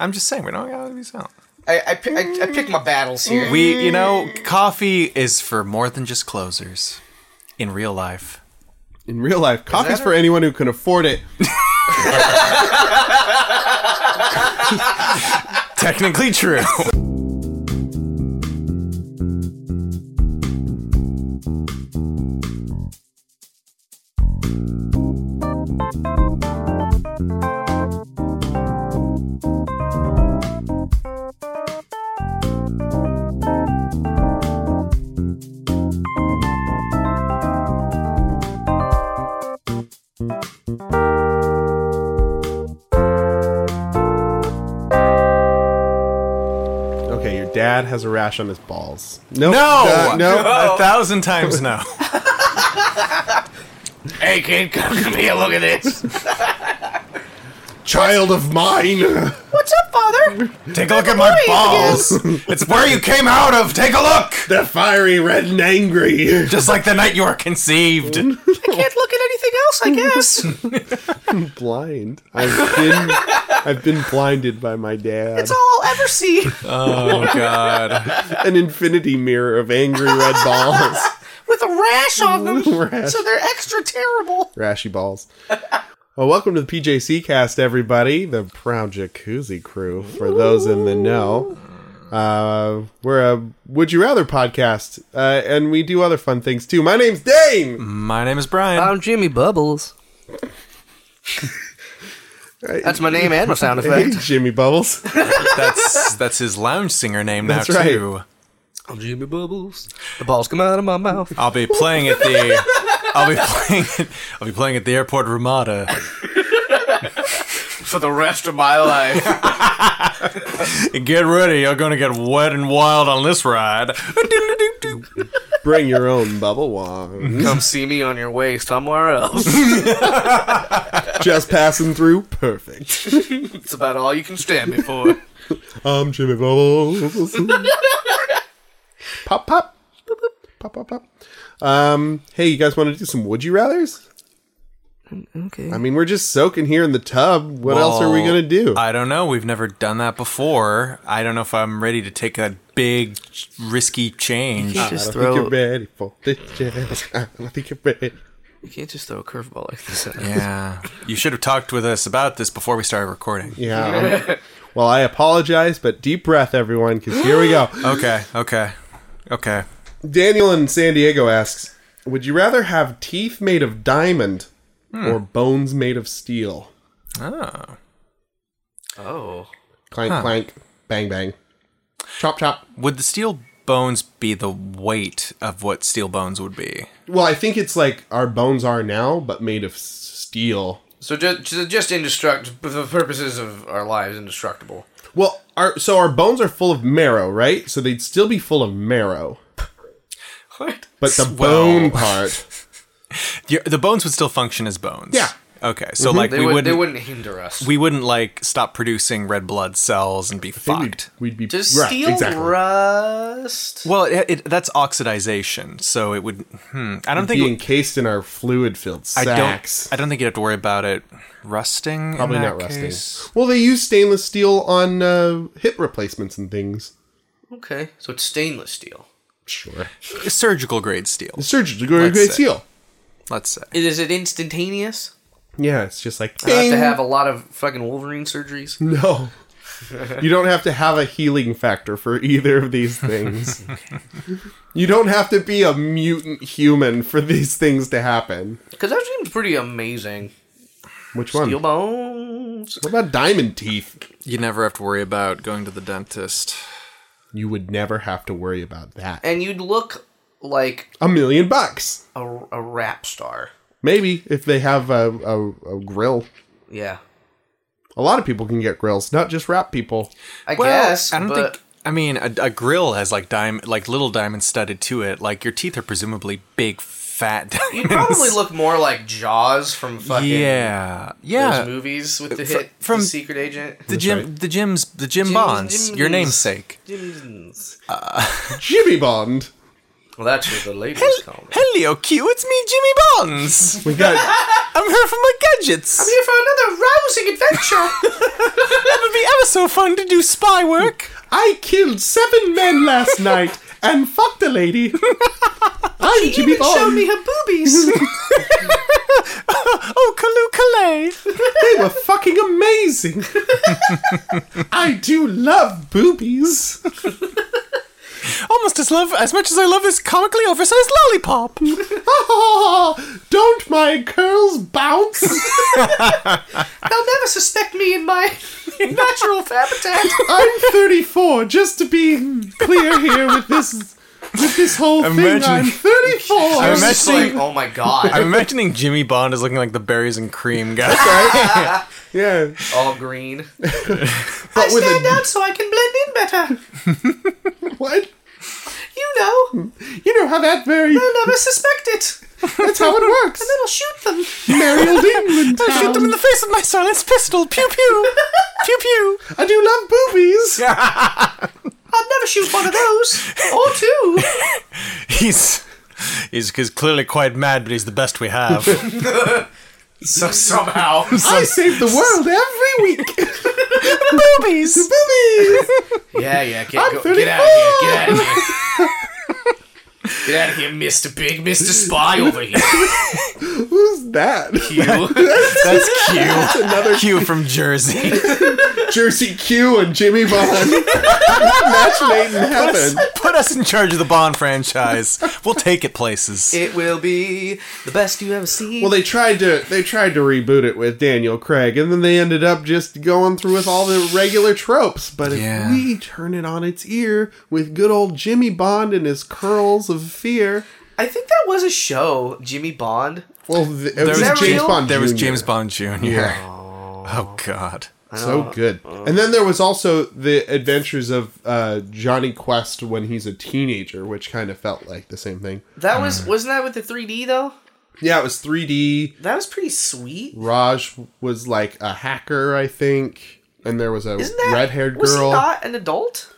I'm just saying, we're not out of these out. I, I, pick, I, I pick my battles here. We, you know, coffee is for more than just closers in real life. In real life, coffee's that for it? anyone who can afford it. Technically true. Okay, your dad has a rash on his balls. Nope. No! Uh, no. A thousand times no. Hey, kid, come, come here, look at this. Child of mine. What's up, father? Take a look at my balls. It's where you came out of. Take a look. They're fiery, red, and angry. Just like the night you were conceived. Can't look at anything else, I guess. Blind. I've been. I've been blinded by my dad. That's all I'll ever see. Oh god. An infinity mirror of angry red balls. With a rash on them. Rash. So they're extra terrible. Rashy balls. Well, welcome to the PJC cast, everybody, the Proud Jacuzzi crew, for those in the know. Uh, we're a Would You Rather podcast, uh, and we do other fun things too. My name's Dane! My name is Brian. I'm Jimmy Bubbles. That's my name and my sound Hey, effect. Jimmy Bubbles. That's that's his lounge singer name now That's right. too. I'm Jimmy Bubbles. The balls come out of my mouth. I'll be playing at the I'll be playing at, I'll be playing at the airport Ramada. For the rest of my life. Get ready, you're gonna get wet and wild on this ride. Bring your own bubble wand. Come see me on your way somewhere else. Just passing through. Perfect. It's about all you can stand me for. I'm Jimmy Bubbles. pop, pop. Pop, pop, pop. Um, hey, you guys want to do some Would You Rathers? Okay. I mean, we're just soaking here in the tub. What else are we Well, going to do? I don't know. We've never done that before. I don't know if I'm ready to take that big risky change. You I don't just think you're throw. ready for this jazz. I don't think you're ready. You can't just throw a curveball like this. At us. Yeah. You should have talked with us about this before we started recording. Yeah. I'm- well, I apologize, but deep breath, everyone, because here we go. Uh, Okay, okay. Okay. Daniel in San Diego asks Would you rather have teeth made of diamond or bones made of steel? Oh. Oh. Clank, clank, bang, bang. Chop, chop. Would the steel bones be the weight of what steel bones would be? Well, I think it's like our bones are now, but made of s- steel. so just, just indestructible, for the purposes of our lives, indestructible. Well, our, so our bones are full of marrow, right? So they'd still be full of marrow. What? But the Well- bone part. Your, the bones would still function as bones. Yeah. Mm-hmm. Okay. So like They, we would, wouldn't, they wouldn't hinder us. we wouldn't like stop producing red blood cells and be think we'd- fucked. We'd, be Does right, steel exactly. rust? Well, it, it, that's oxidization, so it would. Hmm, I don't be think. encased in our fluid-filled I sacks. don't. I don't think you'd have to worry about it rusting. Probably in not that rusting. case. Well, they use stainless steel on uh, hip replacements and things. Okay. So it's stainless steel. Sure, Surgical grade steel. surgeons are going to Let's great say. steel. Let's say. Is it instantaneous? Yeah, it's just like I have to bing. have a lot of fucking Wolverine surgeries. no. you don't have to have a healing factor for either of these things. you don't have to be a mutant human for these things to happen. Because that seems pretty amazing. Which one? Steel bones. What about diamond teeth? You never have to worry about going to the dentist. You would never have to worry about that. And you'd look like A million bucks. a, a rap star. Maybe if they have a, a, a grill. Yeah. A lot of people can get grills, not just rap people. I Well, guess. I don't but think. I mean, a, a grill has like diamond, like little diamonds studded to it. Like your teeth are presumably big, fat diamonds. You'd probably look more like Jaws from fucking Yeah, those yeah. movies with the Fr- hit from- the Secret Agent. The Jim, the Jim's, the Jim Bonds, your Jim's. namesake. Jim's. Jimmy Bond. Well, that's what the ladies call me. Hello, Q. It's me, Jimmy Bonds. We got I'm here for my gadgets. It Here for another rousing adventure. would be ever so fun to do spy work. I killed seven men last night and fucked a lady. I'm Jimmy Bond. her boobies. Oh, Kalu Kalay. they were fucking amazing. I do love boobies. Almost as love as much as I love this comically oversized lollipop. Don't my curls bounce? They'll never suspect me in my natural habitat. I'm 34, just to be clear here with this with this whole Imagine- thing. I'm 34. I'm I'm just like, imagining- oh my god, I'm imagining Jimmy Bond is looking like the berries and cream guy. yeah, all green. but with a out so I can blend in better. what? You know, You know how that very never suspect it. that's how it works. I'll shoot them. Merry old England town. Shoot them in the face with my silenced pistol. Pew pew. pew pew. I do love boobies. I'd never shoot one of those or two. He's he's, he's clearly quite mad, but he's the best we have. So somehow, I save the world every week. Boobies. boobies. yeah, yeah, I'm get, go, get out of here, 34. get out of here. Get out of here, Mr. Big, Mr. Spy over here. Who's that? You. That's Q. Another Q from Jersey. Jersey Q and Jimmy Bond. Match made in heaven. Put us in charge of the Bond franchise. We'll take it places. It will be the best you ever seen. Well, they tried to they tried to reboot it with Daniel Craig, and then they ended up just going through with all the regular tropes. But if Yeah. we turn it on its ear with good old Jimmy Bond and his curls of fear, I think that was a show, Jimmy Bond. well, th- it was, was James James- Bond. There was Jr.. James Bond Jr. Yeah, Oh God. so good. And then there was also the Adventures of uh, Johnny Quest when he's a teenager, which kind of felt like the same thing. That Mm. was wasn't that with the 3D though? Yeah, it was 3D. That was pretty sweet. Raj was like a hacker, I think, and there was a Isn't that red-haired Was he girl. not an adult?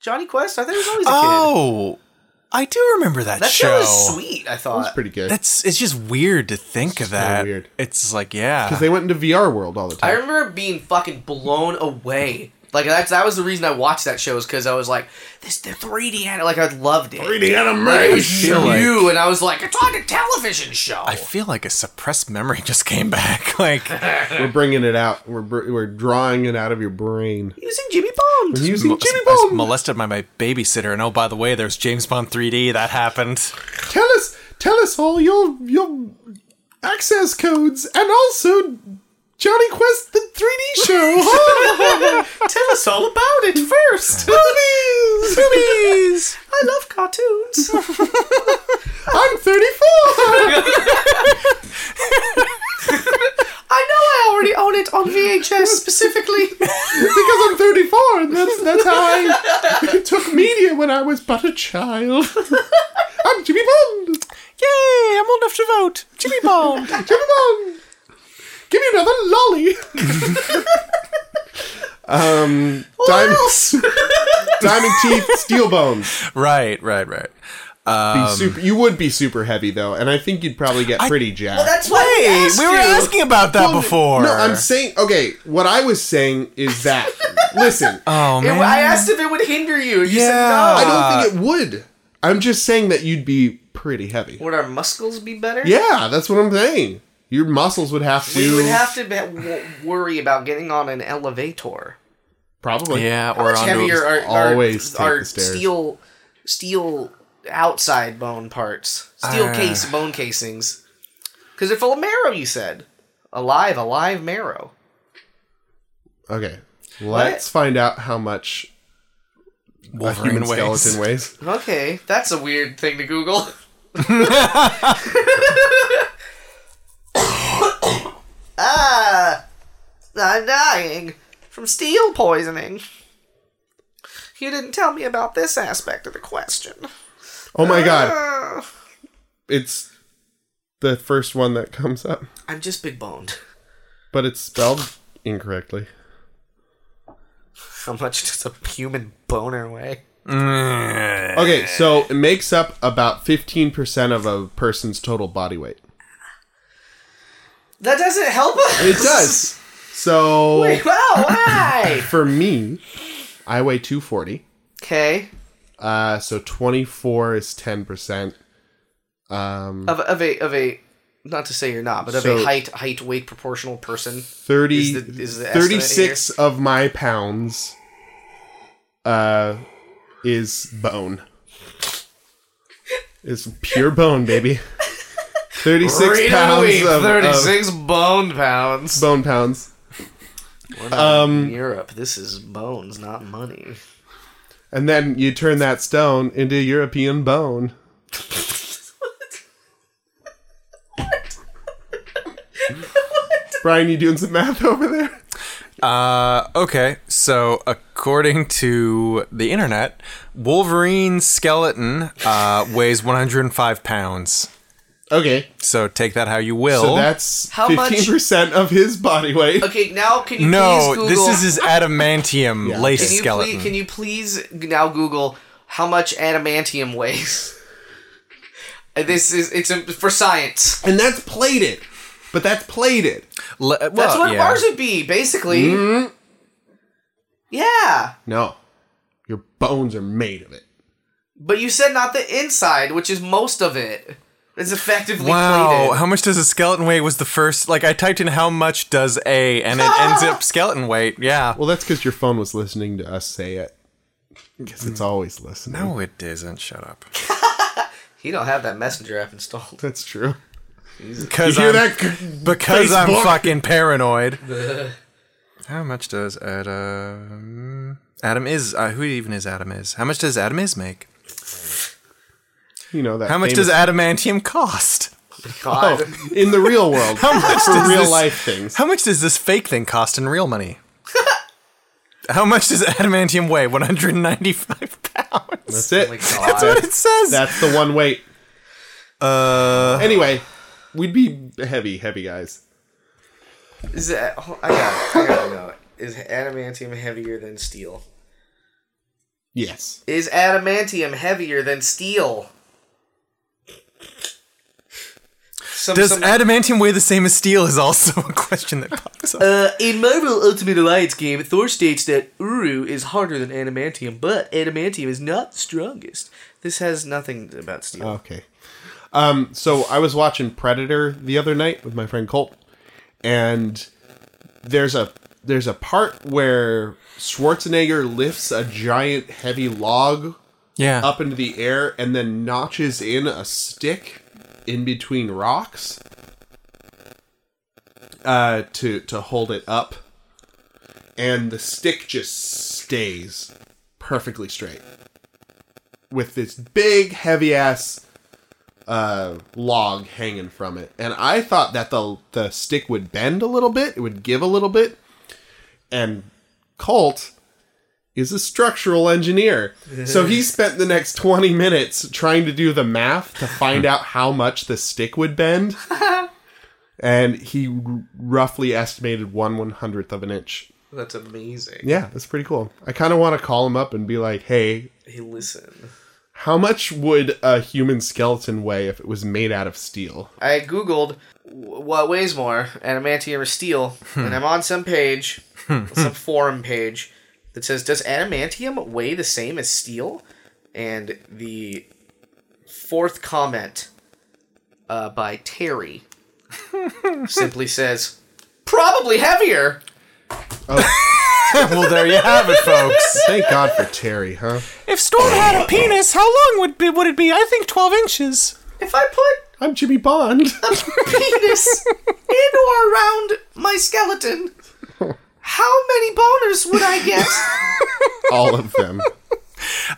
Johnny Quest. I thought he was always a kid. Oh, I do remember that, That show. show. was sweet. I thought. That's pretty good. That's it's just weird to think of kinda that. weird. It's like yeah. Because they went into VR world all the I time. remember being fucking blown away. Like that's that was the reason I watched that show is because I was like, this the 3D and like I loved it. 3D I feel animation. like- You and I was like, it's on a television show. I feel like a suppressed memory just came back. Like We're bringing it out. We're br- we're drawing it out of your brain. Using Jimmy Bond. Using mo- Jimmy I was Bond. molested by my babysitter, and oh by the way, there's James Bond 3D. That happened. tell us, tell us all your your access codes and also Johnny Quest the 3D show. Tell us all about it first. Boobies, boobies. I love cartoons. I'm 34. I know I already own it on VHS specifically. because I'm 34, and that's that's how I took media when I was but a child. I'm Jimmy Bond. Yay! I'm old enough to vote. Jimmy Bond. Jimmy Bond. Give me another lolly. um, Diamond, Diamond Teeth, Steel Bones. right, right, right. Be Um, super, you would be super heavy though, and I think you'd probably get pretty jacked. That's why I Hey, asked we were you. asking about that before. No, I'm saying okay. What I was saying is that listen, Oh It- man. I asked if it would hinder you. You Yeah. said I no. don't think it would. Uh, I'm just saying that you'd be pretty heavy. Would our muscles be better? Yeah, that's what I'm saying. Your muscles would have to. We would have to be, w- worry about getting on an elevator. probably. yeah, or Much on heavier are our, always take our the stairs. steel steel outside bone parts, steel Ah. case bone casings, because they're full of marrow. You said alive, alive marrow. Okay. Let's find out how much a Wolverine human ways. skeleton weighs. Okay, that's a weird thing to Google. ah, I'm dying from steel poisoning. You didn't tell me about this aspect of the question. Oh my god. Uh, It's the first one that comes up, I'm just big boned. but it's spelled incorrectly. How much does a human boner weigh? Mm. Okay, so it makes up about 15% of a person's total body weight. That doesn't help us. It does. So Wait, wow, why? for me, I weigh 240. okay. Uh, so 24 is 10%. Um, Of, of a of a not to say you're not, but of So- a height height weight proportional person. 30, Is the- is the estimate 36 of my pounds uh, is bone. It's pure bone, baby. 36 Read pounds and weep, of, of 36 bone pounds. bone pounds. We're not Hmm. in Europe. This is bones, not money. And then you turn that stone into European bone. Brian, you doing some math over there? Uh, okay, so according to the internet, Wolverine's skeleton uh, weighs 105 pounds. Okay. So take that how you will. So that's How much- 15% of his body weight. Okay, now can you please no, Google? this is his adamantium Yeah. lace can you skeleton. Please, can you please now Google how much adamantium weighs? Uh, This is it's a, for science. And that's plated. But that's plated. Le- well, That's what yeah. Hmm? ours would be, basically. Yeah, No. Your bones are made of it. but you said not the inside, which is most of it. It's effectively Wow, plated. how much does a skeleton weigh? Was the first like I typed in how much does a, and it ends up skeleton weight. Yeah. Well, that's because your phone was listening to us say it. Because it's always listening. No, it isn't. Shut up. He don't have that messenger app installed. That's true. Because You hear I'm, that? g- because Facebook? I'm fucking paranoid. how much does Adam? Adam is uh, who even is Adam is? How much does Adam is make? You know that. How much famous- does adamantium cost? Oh, God. in the real world? How much for does real this- life things? How much does this fake thing cost in real money? How much does adamantium weigh? 195 pounds. That's it. my That's, God. That's what it says. the one weight. uh, Anyway, we'd be heavy, heavy guys. Is that, oh, I got it. I gotta know it. Is adamantium heavier than steel? Yes. Is adamantium heavier than steel? Some, does some- adamantium weigh the same as steel? Is also a question that pops up. Uh, in Marvel Ultimate Alliance game, Thor states that Uru is harder than adamantium, but adamantium is not the strongest. This has nothing about steel. Okay. Um, so I was watching Predator the other night with my friend Colt, and there's a there's a part where Schwarzenegger lifts a giant heavy log yeah. up into the air and then notches in a stick in between rocks uh, to to hold it up, and the stick just stays perfectly straight with this big heavy ass uh, log hanging from it. And I thought that the the stick would bend a little bit, it would give a little bit, and Colt is a structural engineer. So he spent the next 20 minutes trying to do the math to find out how much the stick would bend. and he r- roughly estimated one one hundredth of an inch. That's amazing. Yeah, that's pretty cool. I kind of want to call him up and be like, hey, Hey, listen. how much would a human skeleton weigh if it was made out of steel? I googled "Wh- what weighs more, adamantium or steel, and I'm on some page, some forum page that says, "Does adamantium weigh the same as steel?" And the fourth comment uh, by Terry simply says, "Probably heavier." well, there you have it, folks. Thank God for Terry, huh? If Storm had a penis, how long would be, would it be? I think 12 inches. If I put I'm Jimmy Bond. a penis in or around my skeleton, how many boners would I get? All of them.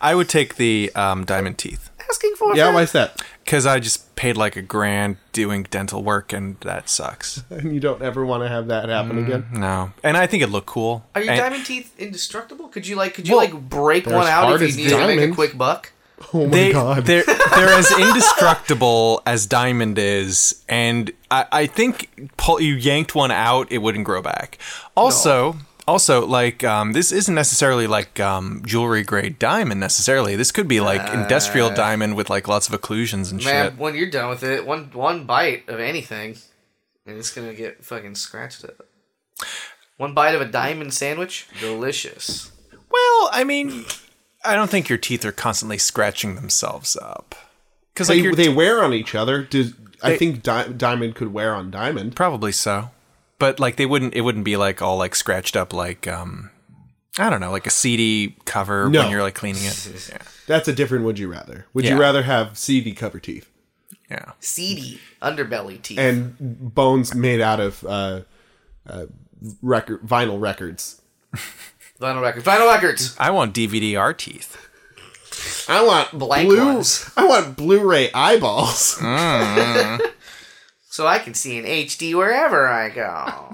I would take the um, diamond teeth Asking for a Yeah, friend. why's that? because I just paid like a grand doing dental work, and that sucks. And you don't ever want to have that happen again. No, and I think it looked cool. Are your And- diamond teeth indestructible? Could you like could you Well, like break they're one as out hard if as you need to make a diamonds. quick buck? Oh my they, God. They're, they're as indestructible as diamond is, and I, I think pull, you yanked one out, it wouldn't grow back. Also, Also, like um, this isn't necessarily like um, jewelry grade diamond necessarily. This could be like industrial diamond with like lots of occlusions and Man, shit. when you're done with it, one one bite of anything, and it's gonna get fucking scratched up. One bite of a diamond sandwich, delicious. Well, I mean, I don't think your teeth are constantly scratching themselves up because like They, your they wear on each other. Does, I think di- diamond could wear on diamond. Probably so. But like they wouldn't it wouldn't be like all like scratched up like um I don't know, like a CD cover No. when you're like cleaning it. Yeah. That's a different. Would you rather? Would Yeah. you rather have CD cover teeth Yeah. Seedy underbelly teeth. and bones made out of uh, uh, record vinyl records? Vinyl records. Vinyl records. I want DVD R teeth. I want Blank blue. ones. I want Blu-ray eyeballs. So I can see in HD wherever I go.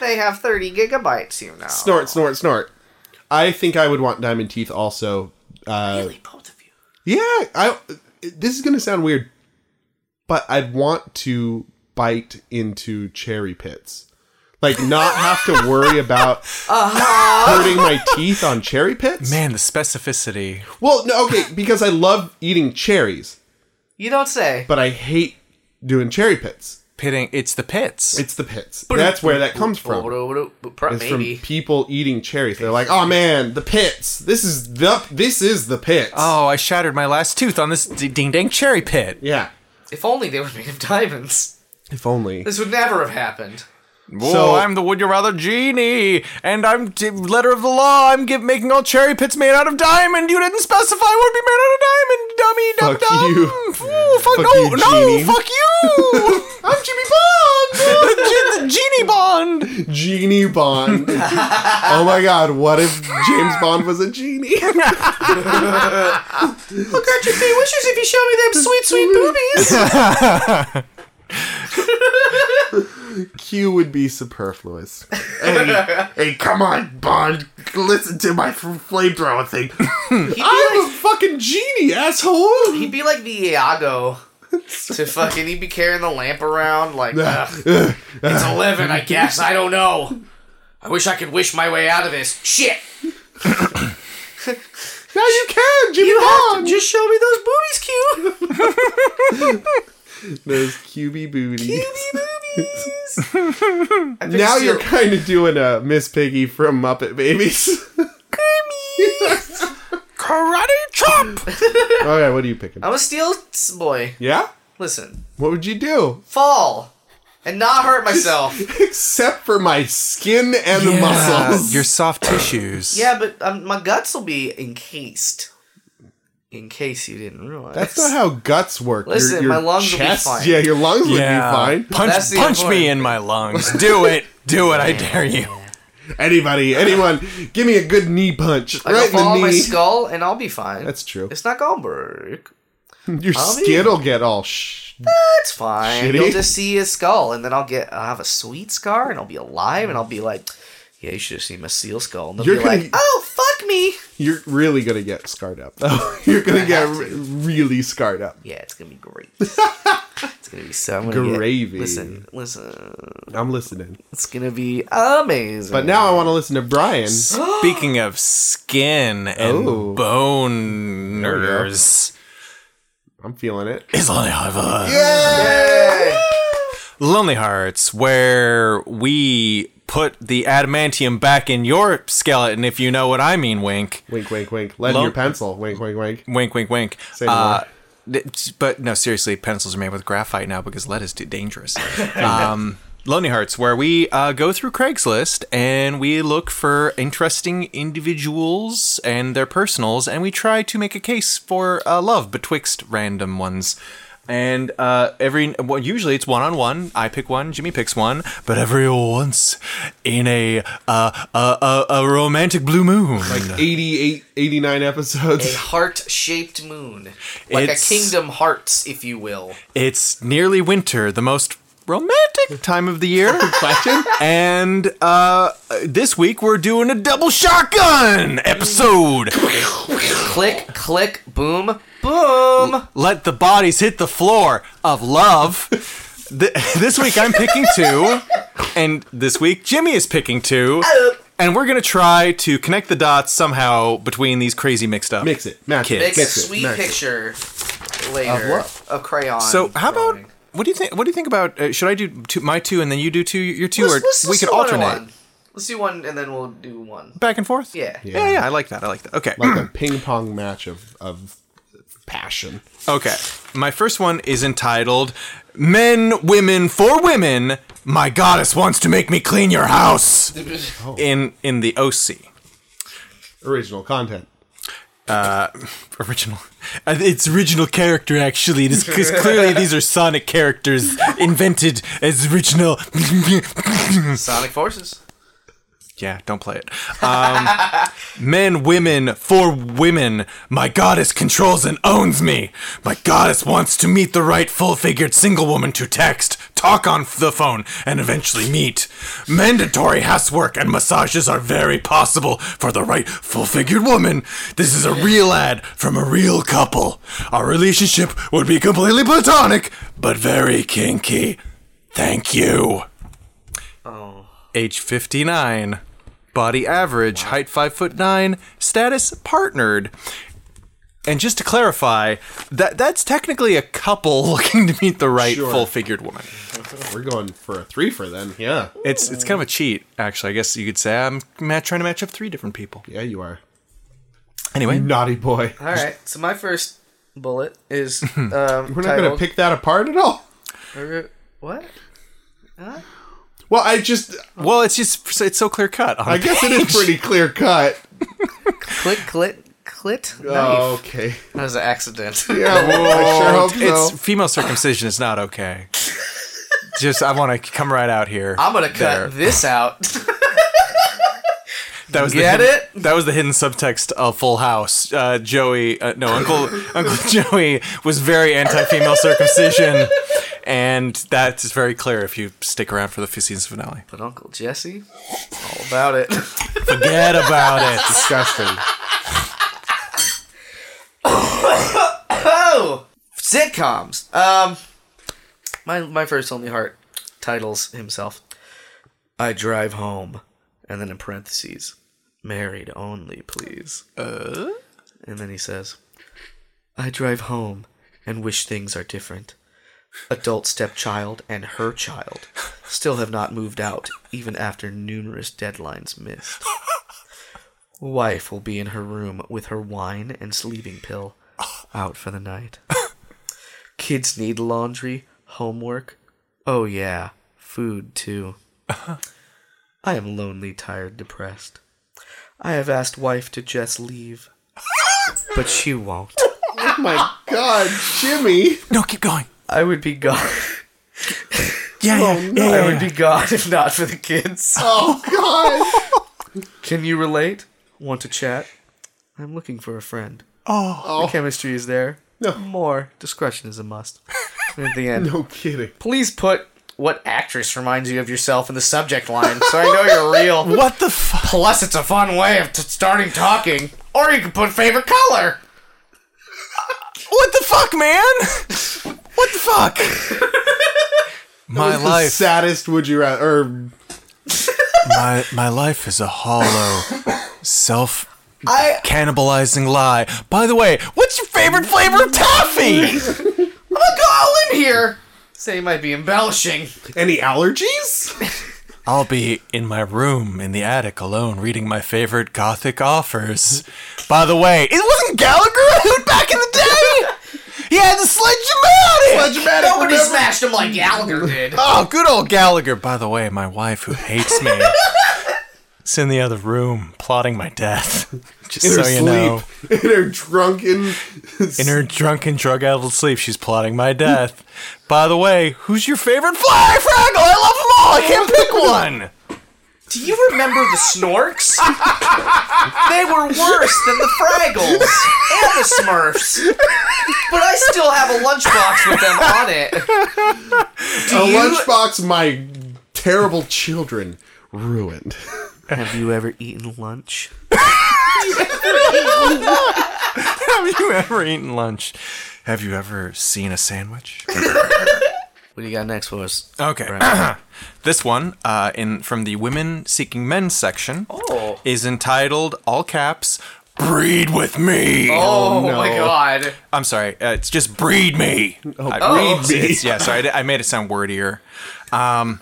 they have 30 gigabytes, you know. snort, snort, snort. I think I would want diamond teeth also. Uh, Really, both of you. Yeah, I. This is gonna sound weird, but I'd want to bite into cherry pits, like not have to worry about hurting my teeth on cherry pits. Man, the specificity. Well, no, okay, because I love eating cherries, You don't say. but I hate doing cherry pits. Pitting it's the pits. It's the pits. That's where that comes from. Pro- It's Maybe. from people eating cherries. They're like, "Oh man, the pits. This is the this is the pits." oh, I shattered my last tooth on this d- ding dang cherry pit. yeah. If only they were made of diamonds. If only. This would never have happened. Whoa, So- I'm the would you rather genie, and I'm t- letter of the law. I'm give- making all cherry pits made out of diamond. You didn't specify would be made out of diamond, dummy. Dum Fuck dum. you. Ooh, fuck, Fuck no, you, no, genie. fuck you. I'm Jimmy Bond. Gen- the genie bond. genie Bond. oh my god, what if James Bond was a genie? Well, grant your three wishes if you show me them sweet, sweet boobies. Q would be superfluous. hey, hey, come on, Bond. Listen to my f- flamethrower thing. He'd be, I'm a like, fucking genie, asshole. he'd be like the Iago. To fucking, he'd be carrying the lamp around like, "Ugh, it's 11, I guess, I don't know. I wish I could wish my way out of this. Shit! Now you can, Jimmy Bond. Just show me those boobies, Q! Those QB booty. I Now picture- you're kind of doing a Miss Piggy from Muppet Babies. Karate chop. Oh. okay, what are you picking? I'm a steel s- boy. Yeah? Listen, What would you do? fall and not hurt myself. Except for my skin and the muscles. Your soft tissues. yeah, but um, my guts will be encased. In case you didn't realize. That's not how guts work. Your- Listen, your my lungs will be chest- fine. Yeah, your lungs would be fine. Punch, That's the punch important- me in my lungs. Do it. Do it. I dare you. Anybody, anyone, give me a good knee punch I right right in the fall on my knee. skull and I'll be fine. That's true. It's not gonna work. Your I'll be- skin will get all sh. That's fine. Shitty. You'll just see a skull and then I'll get I'll have a sweet scar and I'll be alive and I'll be like, Yeah, you should have seen my seal skull and they'll You're be gonna like, be- Oh fuck me You're really gonna get scarred up, though. You're gonna get have re- to. really scarred up. Yeah, it's gonna be great. it's gonna be so I'm gonna get- Gravy. listen, listen. I'm listening, It's gonna be amazing. but now I want to listen to Brian. Speaking of skin and Oh. boners, I'm feeling it. is Lonely Hearts. Yay! Lonely Hearts, where we put the adamantium back in your skeleton, if you know what I mean, wink. Wink, wink, wink. Lend Lo- your pencil. Wink, wink, wink. Wink, wink, wink. Say no Uh, th- but no, seriously, pencils are made with graphite now because lead is too dangerous. um, Lonely Hearts, where we uh, go through Craigslist and we look for interesting individuals and their personals, and we try to make a case for uh, love betwixt random ones. And uh, every well, usually it's one on one. I pick one, Jimmy picks one, but every once in a uh, a, a, a romantic blue moon, Like 88, 89 A episodes. heart-shaped moon, like It's- a Kingdom Hearts, if you will. It's nearly winter, the most romantic time of the year. Question? and uh, this week we're doing a double shotgun episode. Click, click, boom, boom. Let the bodies hit the floor of love. Th- this week I'm picking two. And this week, Jimmy is picking two. Oh. And we're going to try to connect the dots somehow between these crazy mixed up. Mix it. Match it. Kids. Make Mix a Mix it. sweet match it. picture later Of of, what? crayon. So how about drawing. what do you think? What do you think about? Uh, should I do two, my two and then you do two? Your 2 or we do can another alternate One. Let's do one and then we'll do one. back and forth. Yeah. yeah, yeah, I like that. I like that. Okay, Like a ping pong match of, of passion. okay. My first one is entitled "Men, Women for Women." My goddess wants to make me clean your house. Oh. In in the OC Original content. original, Uh, it's original character actually. It is because clearly these are Sonic characters invented as original. Sonic Forces. Yeah, don't play it. Um, men, women, for women. My goddess controls and owns me. My goddess wants to meet the right full figured single woman to text, talk on the phone, and eventually meet. Mandatory housework and massages are very possible for the right full figured woman. This is a real ad from a real couple. Our relationship would be completely platonic, but very kinky. Thank you. Oh. Age 59. Body average, height 5 foot 9, status partnered. And just to clarify, that that's technically a couple looking to meet the right Sure. full-figured woman. Oh, We're going for a three for then. Yeah. It's it's kind of a cheat, actually. I guess you could say I'm ma- trying to match up three different people. Yeah, you are. Anyway, Naughty boy. All right. So my first bullet is um, We're not going to pick that apart at all. what? Well, I just, well, it's just it's so clear cut. I guess it is pretty clear cut. Click, clit, clit. Oh, Knife. okay. That was an accident. Yeah, well, I sure hope it's so. female circumcision is not okay. just I want to come right out here. I'm gonna cut There. this out. That was Get the hidden, it? That was the hidden subtext of Full House. Uh, Joey, uh, no, Uncle Uncle Joey was very anti-female circumcision, and that is very clear if you stick around for the fifth season finale. but Uncle Jesse, all about it. Forget about it. Disgusting. Oh, sitcoms. Um, my my first only heart titles himself. I drive home, and then in parentheses, married only, please. Uh. And then he says, I drive home and wish things are different. Adult stepchild and her child still have not moved out, even after numerous deadlines missed. Wife will be in her room with her wine and sleeping pill out for the night. Kids need laundry, homework. Oh, yeah, food too. I am lonely, tired, depressed. I have asked wife to just leave, but she won't. Oh my god, Jimmy. No, keep going. I would be gone. Yeah, yeah, yeah, yeah, I yeah. would be gone if not for the kids. Oh god. Can you relate? Want to chat? I'm looking for a friend. Oh, the chemistry is there. No. More discretion is a must. And at the end, No kidding. please put what actress reminds you of yourself in the subject line so I know you're real. What the fuck? Plus, it's a fun way of t- starting talking. Or you can put favorite color. What the fuck, man? What the fuck? My The life, saddest would you rather or my my life is a hollow, self I cannibalizing lie. By the way, what's your favorite flavor of toffee? I'm gonna go all in here. Say you might be embellishing. any allergies? I'll be in my room in the attic alone reading my favorite gothic offers. By the way, it wasn't Gallagher who back in the day? He had the sledge him out Nobody smashed him like Gallagher did. Oh, good old Gallagher. By the way, my wife who hates me is in the other room plotting my death. Just In her so you sleep. know. In her drunken In her drunken, drug addled sleep, she's plotting my death. By the way, who's your favorite fly, Fraggle? I love them all. I can't pick one. Do you remember the Snorks? they were worse than the Fraggles and the Smurfs. But I still have a lunchbox with them on it. a lunchbox my terrible children ruined. Have you ever eaten lunch? Have you ever eaten lunch? Have you ever seen a sandwich? What do you got next for us? Okay. this one uh, in from the Women Seeking Men section Oh. is entitled all caps Breed with me. Oh, no. my god. I'm sorry. Uh, it's just breed me. Oh, breed me. Yeah, sorry. I, did- I made it sound wordier. Um,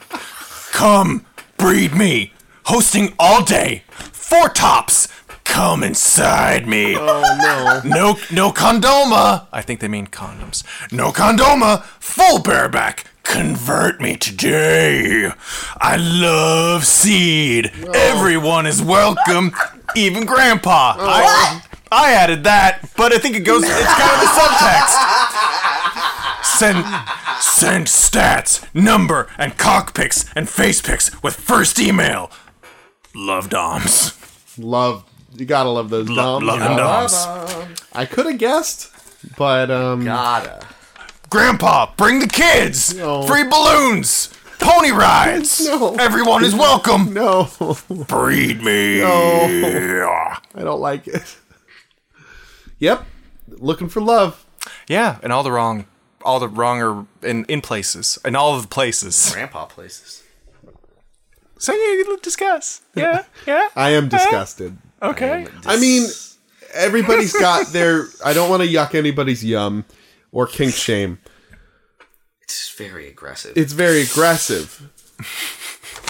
come, breed me. Hosting all day. Four tops. Come inside me. Oh no. No, no condoma. I think they mean condoms. No condoma. Full bareback. Convert me today. I love seed. Everyone is welcome, even Grandpa. I, I added that, but I think it goes. It's kind of a subtext. Send, send stats, number, and cock pics and face pics with first email. Love Doms. love you gotta love those Lo- dumb. love Doms. I could have guessed, but um Gotta. Grandpa, bring the kids! No. Free balloons! Pony rides! No. Everyone is welcome! no. Breed me! I don't like it. Yep. Looking for love. Yeah, and all the wrong, all the wrong are in, in places, in all of the places. Grandpa places. So yeah, you discuss. Yeah, yeah. I am disgusted. okay. I mean, everybody's got their I don't want to yuck anybody's yum or kink shame. It's very aggressive. It's very aggressive.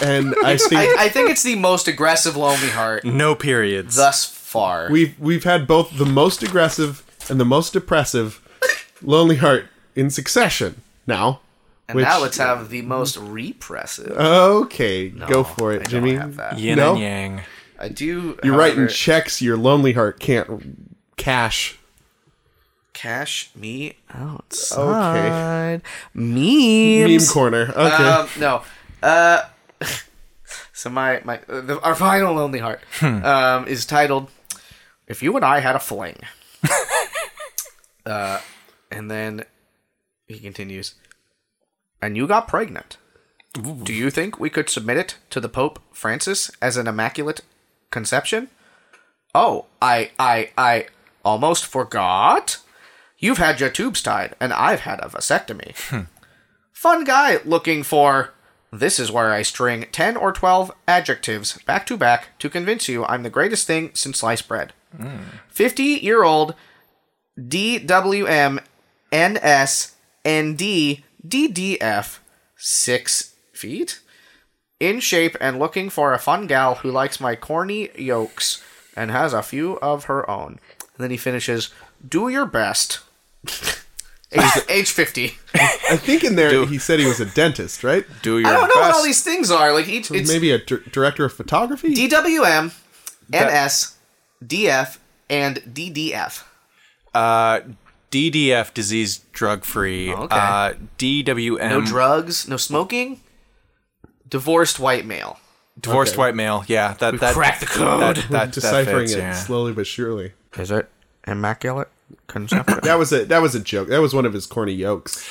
And I I, think I think it's the most aggressive Lonely Heart No periods. thus far. we've we've had both the most aggressive and the most depressive Lonely Heart in succession now. and now let's have the most repressive. Okay, go for I it, don't Jimmy. have that. Yin No. and yang. I do. You're however, writing checks your lonely heart can't cash. Cash me out. Okay. Meme Memes. corner. Okay. Um, no. Uh, so my my uh, the, our final lonely heart um, is titled "If You and I Had a Fling," uh, and then he continues, "And you got pregnant. Do you think we could submit it to the Pope Francis as an immaculate conception? Oh, I I I almost forgot." You've had your tubes tied, and I've had a vasectomy fun guy looking for this is where I string 10 or 12 adjectives back to back to convince you I'm the greatest thing since sliced bread. 50 year old DWM NS ND DDF 6 feet? In shape and looking for a fun gal who likes my corny yokes and has a few of her own. And then he finishes, do your best. age, age 50. I think in there he said he was a dentist, right? Do your I don't know what best. all these things are. Like each it's Maybe a dir- director of photography. DWM, NS, DF, and DDF. Uh, DDF, disease drug free. Okay. Uh, DWM, No drugs, no smoking. Divorced white male. divorced Okay. white male. Yeah, that that cracked the code. That, that, deciphering that fits, it yeah. slowly but surely. Is it immaculate conception? That was a that was a joke. That was one of his corny yokes.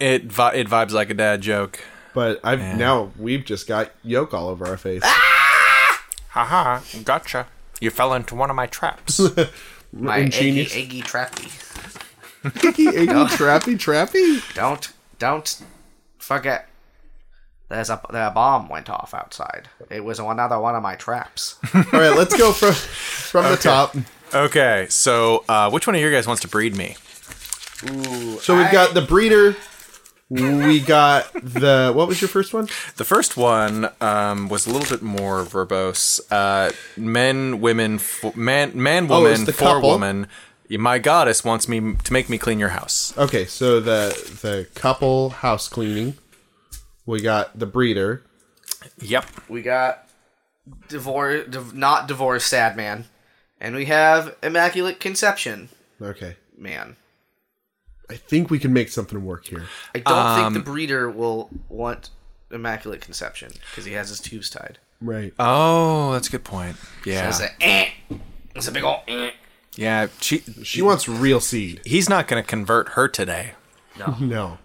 It vi- it vibes like a dad joke. But I've now we've just got yolk all over our face. Ah! Haha, gotcha. You fell into one of my traps. My eggy, ingenious. eggy trappy. Icky, icky, trappy, trappy. Don't don't forget. There's a the bomb went off outside. It was another one of my traps. All right, let's go from from the top. okay, so uh, which one of you guys wants to breed me? So we've got the breeder. We got the what was your first one? The first one um, was a little bit more verbose. Uh, men, women, fo- man, man, Oh, woman, it's the for couple. woman. My goddess wants me to make me clean your house. Okay, so the the couple house cleaning. We got the breeder. Yep. We got divorce, div- not divorced, sad man, and we have immaculate conception Okay. man. I think we can make something work here. I don't think the breeder will want immaculate conception because he has his tubes tied. Right. Oh, that's a good point. Yeah. It's a, eh. it's a big old eh. yeah. She, she wants real seed. he's not going to convert her today. No.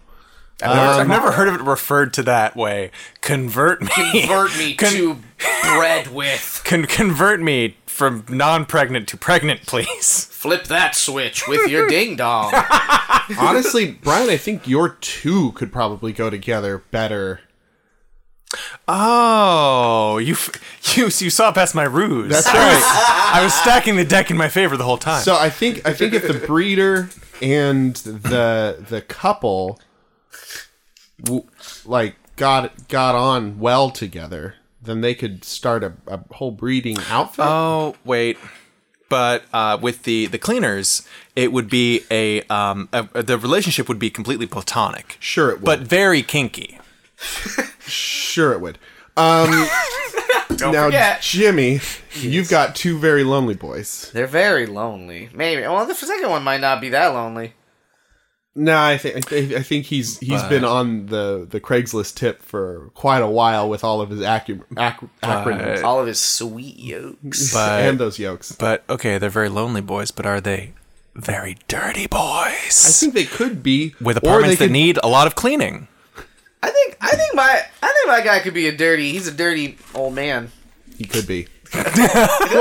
I've never, Um, I've never heard of it referred to that way. Convert me. convert me Con- to bread with. Con- convert me f- from non-pregnant to pregnant, please. Flip that switch with your ding dong. Honestly, Brian, I think your two could probably go together better. Oh, you f- you you saw past my ruse. That's right. I was stacking the deck in my favor the whole time. So I think I think if the breeder and the the couple w- like got got on well together, then they could start a, a whole breeding outfit. Oh wait, but uh, with the the cleaners, it would be a, um, a a- the relationship would be completely platonic, sure it would. but very kinky. sure it would. Um, now forget. Jimmy, you've got two very lonely boys. They're very lonely. Maybe. Well, the second one might not be that lonely. No, I think I, thi- I think he's he's been on the the Craigslist tip for quite a while with all of his acu- ac- acronyms All of his sweet yokes. But- and those yokes. But okay, they're very lonely boys, but are they very dirty I boys think they could be with or they apartments that could- need a lot of cleaning? I think. I think my. I think my guy could be a dirty. He's a dirty old man. He could be. well,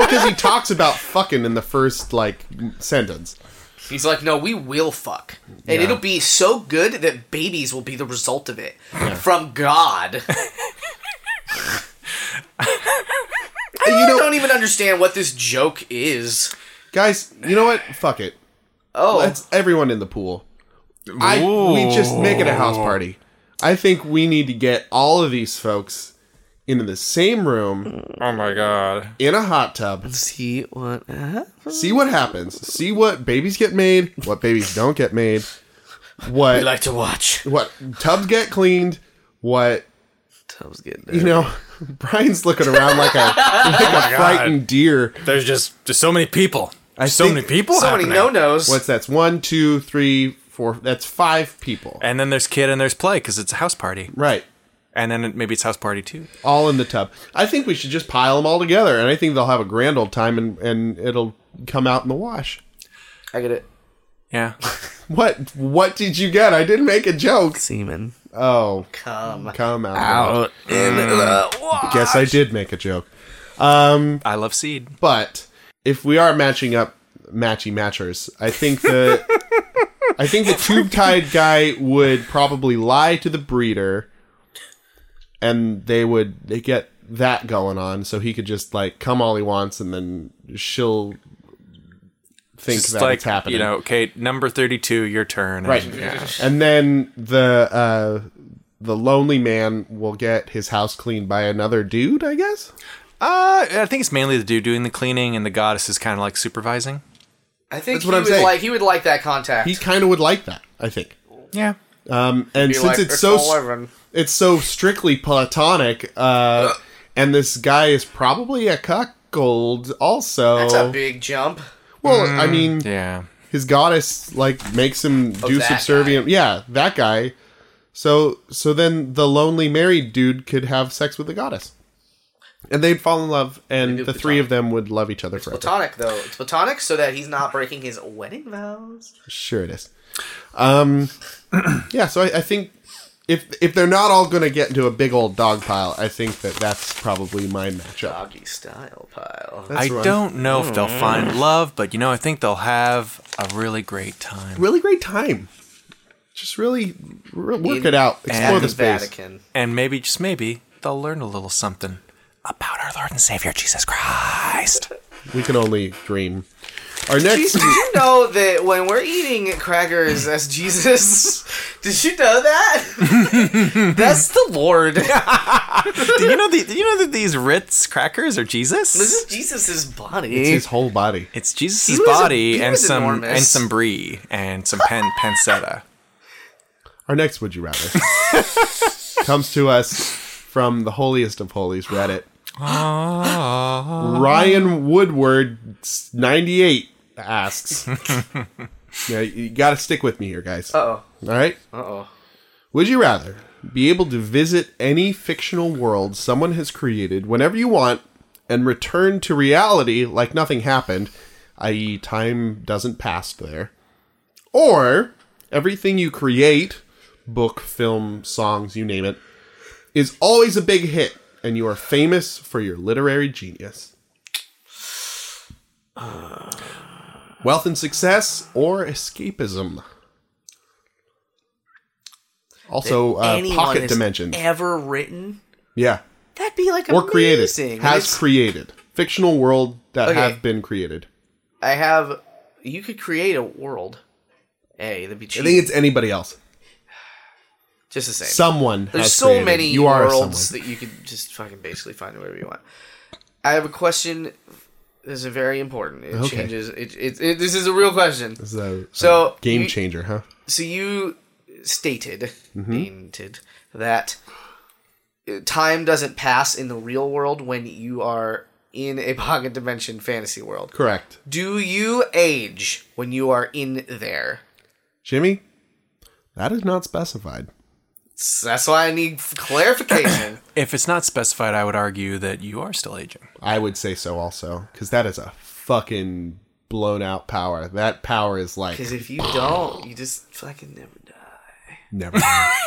because he talks about fucking in the first like sentence. He's like, no, we will fuck, and it'll be so good that babies will be the result of it from God. You I know, don't even understand what this joke is. guys. You know what? Fuck it. Oh, Let's everyone in the pool. I we just make it a house party. I think we need to get all of these folks into the same room Oh my god! in a hot tub. see what. See what happens. See what babies get made. What babies don't get made. What We like to watch. what tubs get cleaned. What Tubs get you know. Brian's looking around like a like a frightened deer. There's just there's so many people. so think- many people. So many happening. no nos. What's that's one, two, three, four. That's five people. And then there's kid and there's play because it's a house party, Right. and then it- maybe it's house party too. all in the tub. I think we should just pile them all together, and I think they'll have a grand old time, and, and it'll come out in the wash. I get it. Yeah, What? What did you get? I didn't make a joke. Semen. Oh, Come come out. Mm. Guess I did make a joke. I love seed. But if we are matching up matchy matchers, I think the I think the tube tied guy would probably lie to the breeder, and they would they get that going on, so he could just like come all he wants, and then she'll think It's that like it's happening. you know, okay, number thirty-two, your turn. Right. And then the uh, the lonely man will get his house cleaned by another dude, I guess. Uh, I think it's mainly the dude doing the cleaning, and the goddess is kind of like supervising. I think That's what he I'm would saying. like. He would like that contact. He kind of would like that, I think. Yeah. Um, and Be since like, it's so all s- over. it's so strictly platonic, uh, and this guy is probably a cuckold. Also, That's a big jump. well, I mean, Mm. Yeah. his goddess like makes him do Oh, that subservient. Yeah, that guy. So so then the lonely married dude could have sex with the goddess, and they'd fall in love, and Maybe the three of them would love each other forever. Platonic though. It's platonic so that he's not breaking his wedding vows. Sure it is. Um, yeah. So I, I think if if they're not all going to get into a big old dog pile, I think that that's probably my matchup. Doggy style pile. I That's right. don't know if they'll Mm. find love, but you know, I think they'll have a really great time. Really great time. Just really re- work In- it out. At Explore the the space. Vatican. And maybe, just maybe, they'll learn a little something about our Lord and Savior Jesus Christ. We can only dream. Our next. Did you know that when we're eating crackers as Jesus? Did you know that? That's the Lord. this do you know the, do you know that these Ritz crackers are Jesus? is Jesus's body. It's his whole body. it's Jesus' was a- body he and was some enormous. and some brie and some pan, pancetta. Our next Would You Rather comes to us from the holiest of holies, Reddit. Ryan Woodward, 98, asks. now, you got to stick with me here, guys. Uh oh. All right? Uh oh. Would you rather be able to visit any fictional world someone has created whenever you want and return to reality like nothing happened, i.e., time doesn't pass there? Or everything you create book, film, songs, you name it is always a big hit and you are famous for your literary genius? Wealth and success or escapism. Also, uh, Anyone pocket has dimensions. ever written? yeah. That'd be like Or created. amazing. Has created. Fictional world that Okay. have been created. I have. You could create a world. Hey, that'd be I cheap. think it's anybody else. just the same. Someone. There's has so created. many You are worlds someone. that you could just fucking basically find whatever you want. I have a question. This is very important. It Okay. changes. It, it, it, this is a real question. This is a- So, a game you- changer, huh? So you stated, Mm-hmm. stated that uh, time doesn't pass in the real world when you are in a pocket dimension fantasy world. Correct. Do you age when you are in there? Jimmy, that is not specified. So that's why I need f- clarification. If it's not specified, I would argue that you are still aging. I would say so also, because that is a fucking blown out power. That power is like Because if you don't, you just fucking never die. never. mind.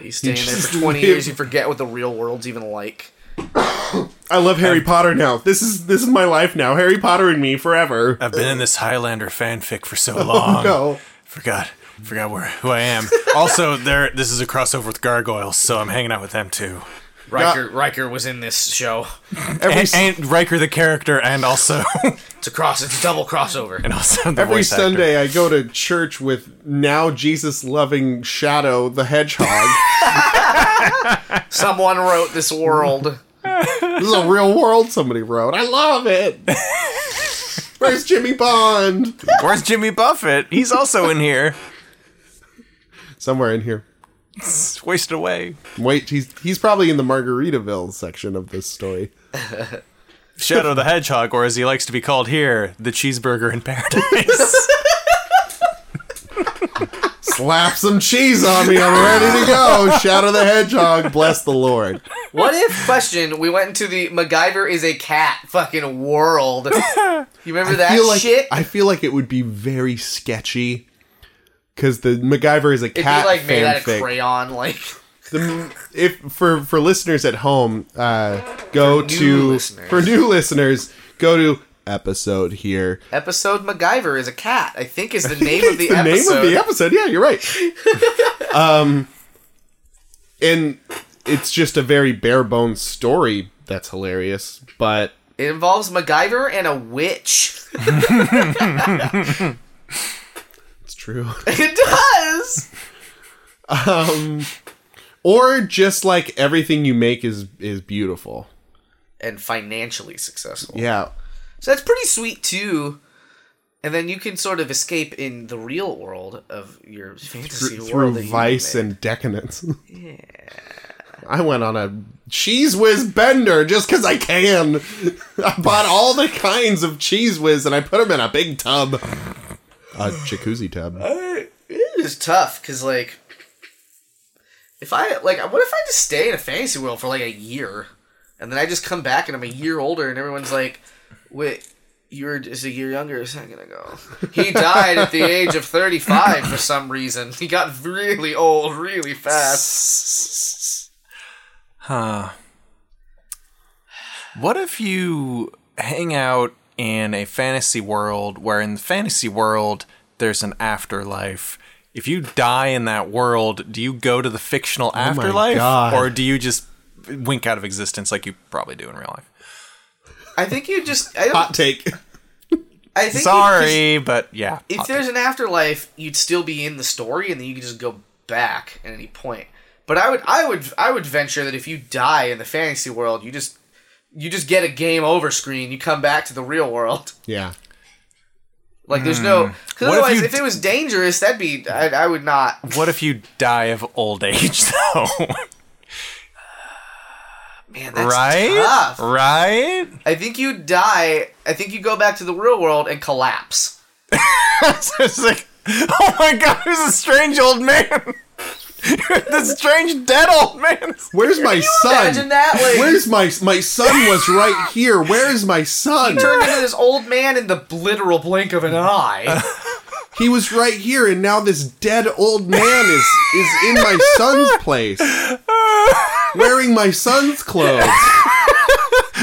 You stay in there just for 20 live. years, you forget what the real world's even like. I love Harry Potter now. This is this is my life now. Harry Potter and me forever. I've been in this Highlander fanfic for Oh, so long. No. Forgot. Forgot where who I am. also, there this is a crossover with gargoyles, so I'm hanging out with them too. Riker, Riker was in this show. Every And, s- and Riker the character and also It's a cross. It's a double crossover. and also the every voice actor. Sunday I go to church with now Jesus loving Shadow the Hedgehog. Someone wrote this world. this is a real world somebody wrote. I love it. Where's Jimmy Bond? Where's Jimmy Buffett? He's also in here. Somewhere in here. It's wasted away. Wait, he's he's probably in the Margaritaville section of this story. Shadow the Hedgehog, or as he likes to be called here, the cheeseburger in paradise. Slap some cheese on me. I'm ready to go. Shadow the Hedgehog. Bless the Lord. What if, question, we went into the MacGyver is a cat fucking world. You remember that feel like, shit? I feel like it would be very sketchy because the MacGyver is a It'd cat be like made out of fanfic. crayon, like The- if for for listeners at home, uh, go new to listeners. for new listeners, go to episode here. episode MacGyver is a cat. I think is the name of the, the episode. name of the episode. Yeah, you're right. um, and it's just a very bare bones story that's hilarious, but It involves MacGyver and a witch. it's true. It does. or just like everything you make is is beautiful. And financially successful. Yeah. So that's pretty sweet too. And then you can sort of escape in the real world of your fantasy Through, world through that you vice made. and decadence. Yeah. I went on a cheese whiz bender just because I can. I bought all the kinds of cheese whiz and I put them in a big tub, a jacuzzi tub. it is tough because like if I like what if I just stay in a fantasy world for like a year and then I just come back and I'm a year older and everyone's like, wait. You were just a year younger a second ago. He died at the age of 35 for some reason. He got really old really fast. huh. What if you hang out in a fantasy world where in the fantasy world there's an afterlife? If you die in that world, do you go to the fictional afterlife? God. Or do you just wink out of existence like you probably do in real life? I think you just. I, Hot don't, take. I think you just- Sorry, but yeah. Uh, if there's an afterlife, you'd still be in the story, and then you could just go back at any point. But I would, I would, I would venture that if you die in the fantasy world, you just, you just get a game over screen. You come back to the real world. Yeah. Like there's no. Because Hmm. What if otherwise, you if, it was dangerous, that'd be. I, I would not. What if you die of old age, though? Man, that's right? tough. Right? I think you die. I think you go back to the real world and collapse. So it's like, oh my god, who's a strange old man? the strange dead old man. Where's my Imagine son? that. Like Where's my my son was right here. Where is my son? turned into this old man in the literal blink of an eye. He was right here, and now this dead old man is is in my son's place, wearing my son's clothes.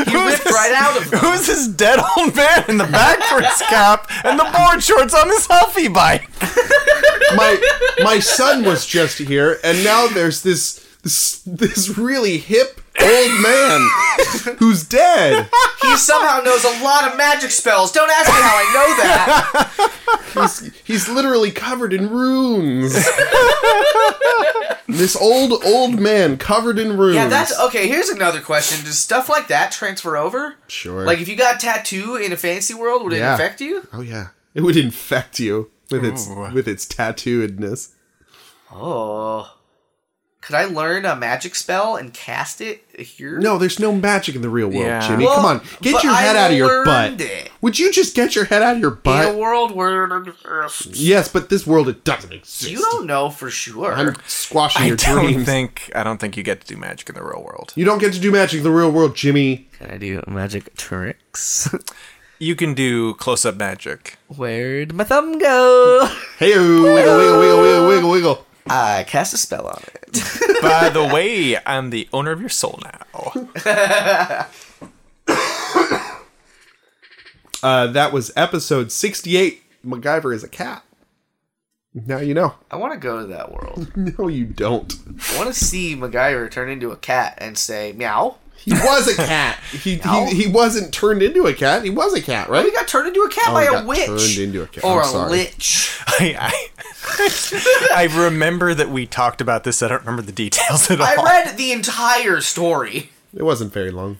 You ripped right out of them. Who's this dead old man in the backwards cap and the board shorts on his healthy bike? my my son was just here, and now there's this this, this really hip old man who's dead. He somehow knows a lot of magic spells. Don't ask me how I know that. He's he's literally covered in runes. this old old man covered in runes. Yeah, that's okay. Here's another question: Does stuff like that transfer over? Sure. Like if you got a tattoo in a fantasy world, would it Yeah. infect you? oh yeah, it would infect you with its Ooh. with its tattooedness. Oh. Could I learn a magic spell and cast it here? No, there's no magic in the real world, Yeah. Jimmy. Well, Come on, get but your I head out of your learned butt. it. Would you just get your head out of your In butt? a world where it exists. yes, but this world it doesn't exist. you don't know for sure. I'm squashing I your don't dreams. think I don't think you get to do magic in the real world. You don't get to do magic in the real world, Jimmy. Can I do magic tricks? You can do close up magic. Where'd my thumb go? Hey, wiggle, wiggle, wiggle, wiggle, wiggle, wiggle. I Uh, cast a spell on it. By the way, I'm the owner of your soul now. Uh, that was episode 68. MacGyver is a cat. Now you know. I want to go to that world. No, you don't. I want to see MacGyver turn into a cat and say meow. He was a cat. he, No. he he wasn't turned into a cat. He was a cat, He right? got turned into a cat Oh, by he a got witch. turned into a cat. Or I'm a sorry. lich. I, I, I remember that we talked about this. I don't remember the details at all. I read the entire story. It wasn't very long.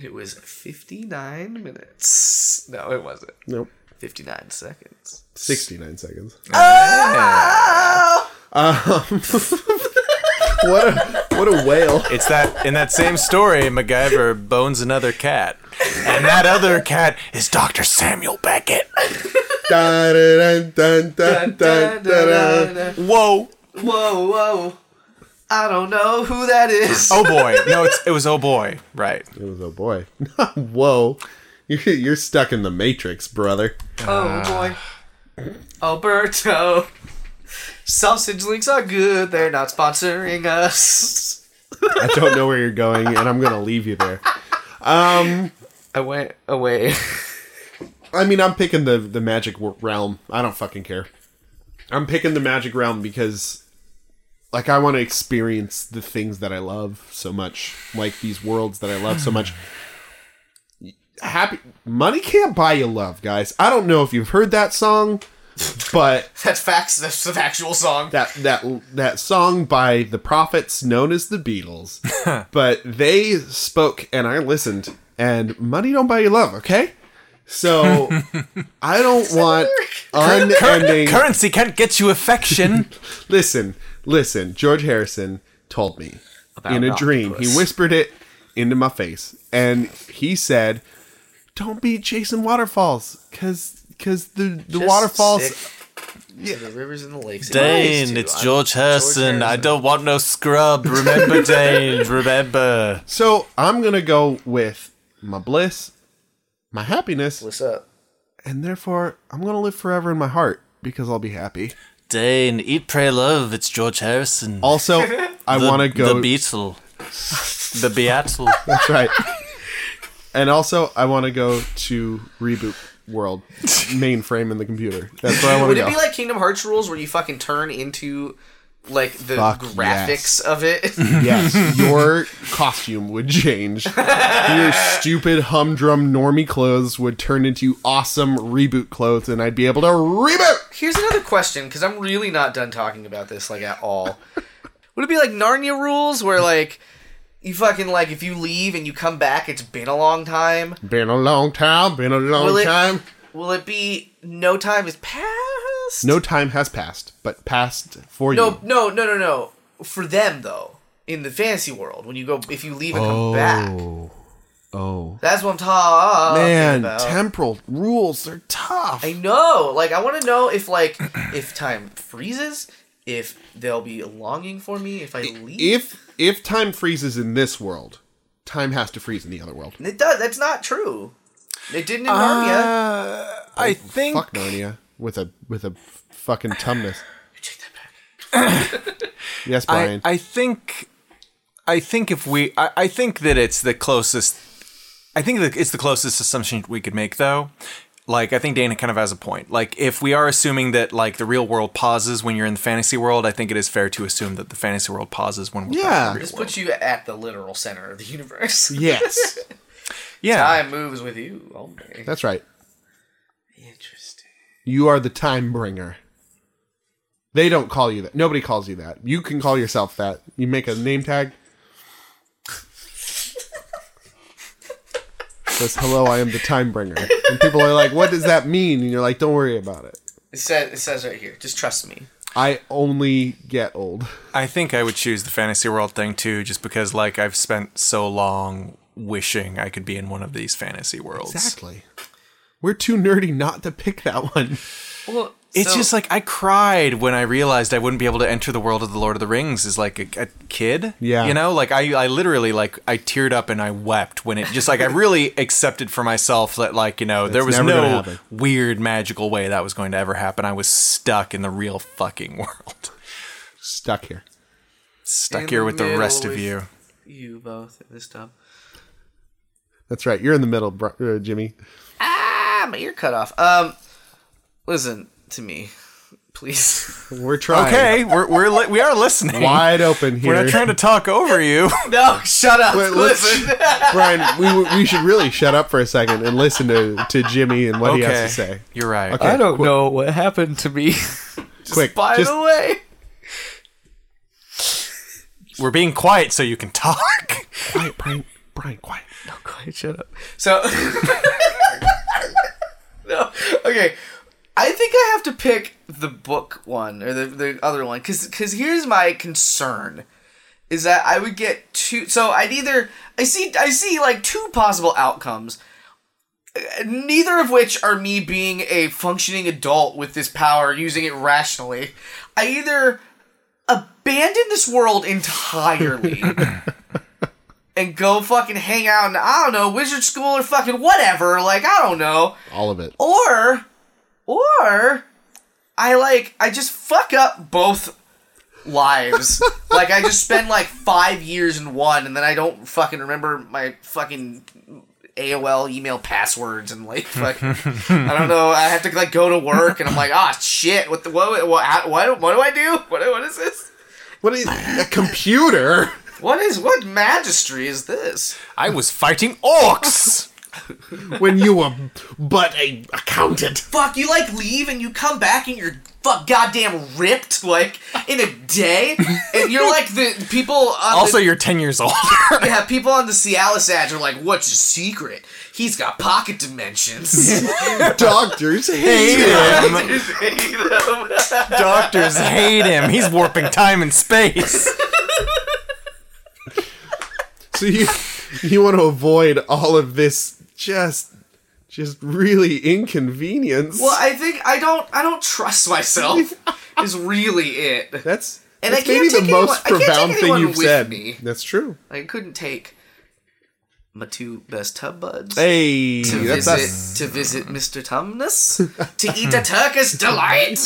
It was 59 minutes. No, it wasn't. Nope. 59 seconds. 69 seconds. Yeah. What a what a whale. It's that in that same story, MacGyver bones another cat, and that other cat is Doctor Samuel Beckett. Dun, dun, dun, dun, dun, dun, dun. Whoa, Whoa. whoa. I don't know who that is. Oh boy. No, it's, it was oh boy. Right. It was oh boy. Whoa. You're, you're stuck in the matrix, brother. Oh boy. Alberto. Sausage links are good. They're not sponsoring us. I don't know where you're going, and I'm gonna leave you there. I went away. I mean, I'm picking the the magic w- realm. I don't fucking care. I'm picking the magic realm because, like, I want to experience the things that I love so much, like these worlds that I love so much. Happy money can't buy you love, guys. I don't know if you've heard that song, but That's facts. That's the factual song. that that that song by the prophets known as the Beatles. but they spoke and I listened and money don't buy you love, okay? So I don't want unending Currency can't get you affection. Listen, listen. George Harrison told me About in an a dream. octopus. He whispered it into my face and he said, "Don't be chasing waterfalls cuz cuz the the waterfalls Yeah. The rivers and the lakes. Dane, Nice, it's too. George I'm Herson. I Harrison. don't want no scrub. Remember, Dane. Remember. So I'm gonna go with my bliss, my happiness, What's up? and therefore I'm gonna live forever in my heart because I'll be happy. Dane, eat, pray, love. It's George Harrison. Also, I The- want to The go. Beatle. The Beatle. That's right. and also, I want to go to reboot world mainframe in the computer. That's where I want Would to it go. be like Kingdom Hearts rules where you fucking turn into like the Fuck yes. graphics of it? yes, your costume would change. your stupid humdrum normie clothes would turn into awesome reboot clothes, and I'd be able to reboot. Here's another question because I'm really not done talking about this like at all. Would it be like Narnia rules where like you fucking like if you leave and you come back, it's been a long time? Been a long time. Been a long Will it- time. Will it be no time has passed? No time has passed, but passed for no, you. no, no, no, no. For them though, in the fantasy world, when you go if you leave and come back, Oh. that's what I'm talking Man, about. temporal rules are tough. I know. Like, I want to know if, like, if time freezes, if they'll be longing for me if I leave. If if time freezes in this world, time has to freeze in the other world. it does. That's not true. It didn't in Narnia. I think. Fuck Narnia with a with a fucking tumnus. Take that back. Yes, I, Brian. I think I think if we I, I think that it's the closest I think that it's the closest assumption we could make, though. Like, I think Dana kind of has a point. Like, if we are assuming that like the real world pauses when you're in the fantasy world, I think it is fair to assume that the fantasy world pauses when we're Yeah. back in the This real world. puts you at the literal center of the universe. Yes. yeah. Time moves with you. Oh, all day. That's right. interesting. You are the time bringer. They don't call you that. Nobody calls you that. You can call yourself that. You make a name tag. Says hello, I am the time bringer. And people are like, "What does that mean?" And you're like, "Don't worry about it. It says it says right here. Just trust me. I only get old." I think I would choose the fantasy world thing too, just because like I've spent so long wishing I could be in one of these fantasy worlds. Exactly. We're too nerdy not to pick that one. Well, It's so- just like I cried when I realized I wouldn't be able to enter the world of the Lord of the Rings as like a, a kid. Yeah. you know, like I, I literally like I teared up and I wept when it just like I really accepted for myself that like you know there was never gonna no happen. weird magical way that was going to ever happen. I was stuck in the real fucking world, Stuck here. stuck In here the with the middle rest of with- you. you both at this time. That's right. You're in the middle, bro- uh, Jimmy. Ah, my ear cut off. Um, listen to me, please. We're trying. Okay, we're we're li- we are listening. Wide open here. We're not trying to talk over you. no, shut up. Wait, let's- listen. Brian, we, we should really shut up for a second and listen to, to Jimmy and what he has to say. You're right. Okay. I don't know what happened to me. Quick, By just the way, We're being quiet so you can talk. quiet, Brian. Brian, quiet. Quiet, shut up. so no, okay. I think I have to pick the book one or the, the other one because because here's my concern is that I would get two. So I'd either I see I see like two possible outcomes. neither of which are me being a functioning adult with this power using it rationally. I either abandon this world entirely and go fucking hang out in I don't know wizard school or fucking whatever. Like I don't know, All of it. Oh. or or I like I just fuck up both lives. like I just spend like five years in one, and then I don't fucking remember my fucking AOL email passwords and like fucking I don't know. I have to like go to work, and I'm like, ah, shit. What the what what how- what, what do I do? What what is this? What is a computer? What is what magistry is this? I was fighting orcs. When you were but a accountant. fuck you like leave and you come back and you're fuck goddamn ripped like in a day and you're like the people on also, the, you're 10 years older. yeah people on the Cialis ads are like what's your secret he's got pocket dimensions Doctors hate it. Doctors hate him. He's warping time and space. So you you want to avoid all of this just just really inconvenience. well I think I don't I don't trust myself is really it That's And that's I can't maybe the take anyone- most I can't take profound thing anyone you've with said. me. That's true. I couldn't take my two best tub buds Hey, to that's visit us. to visit Mr. Tumnus to eat a Turkish delight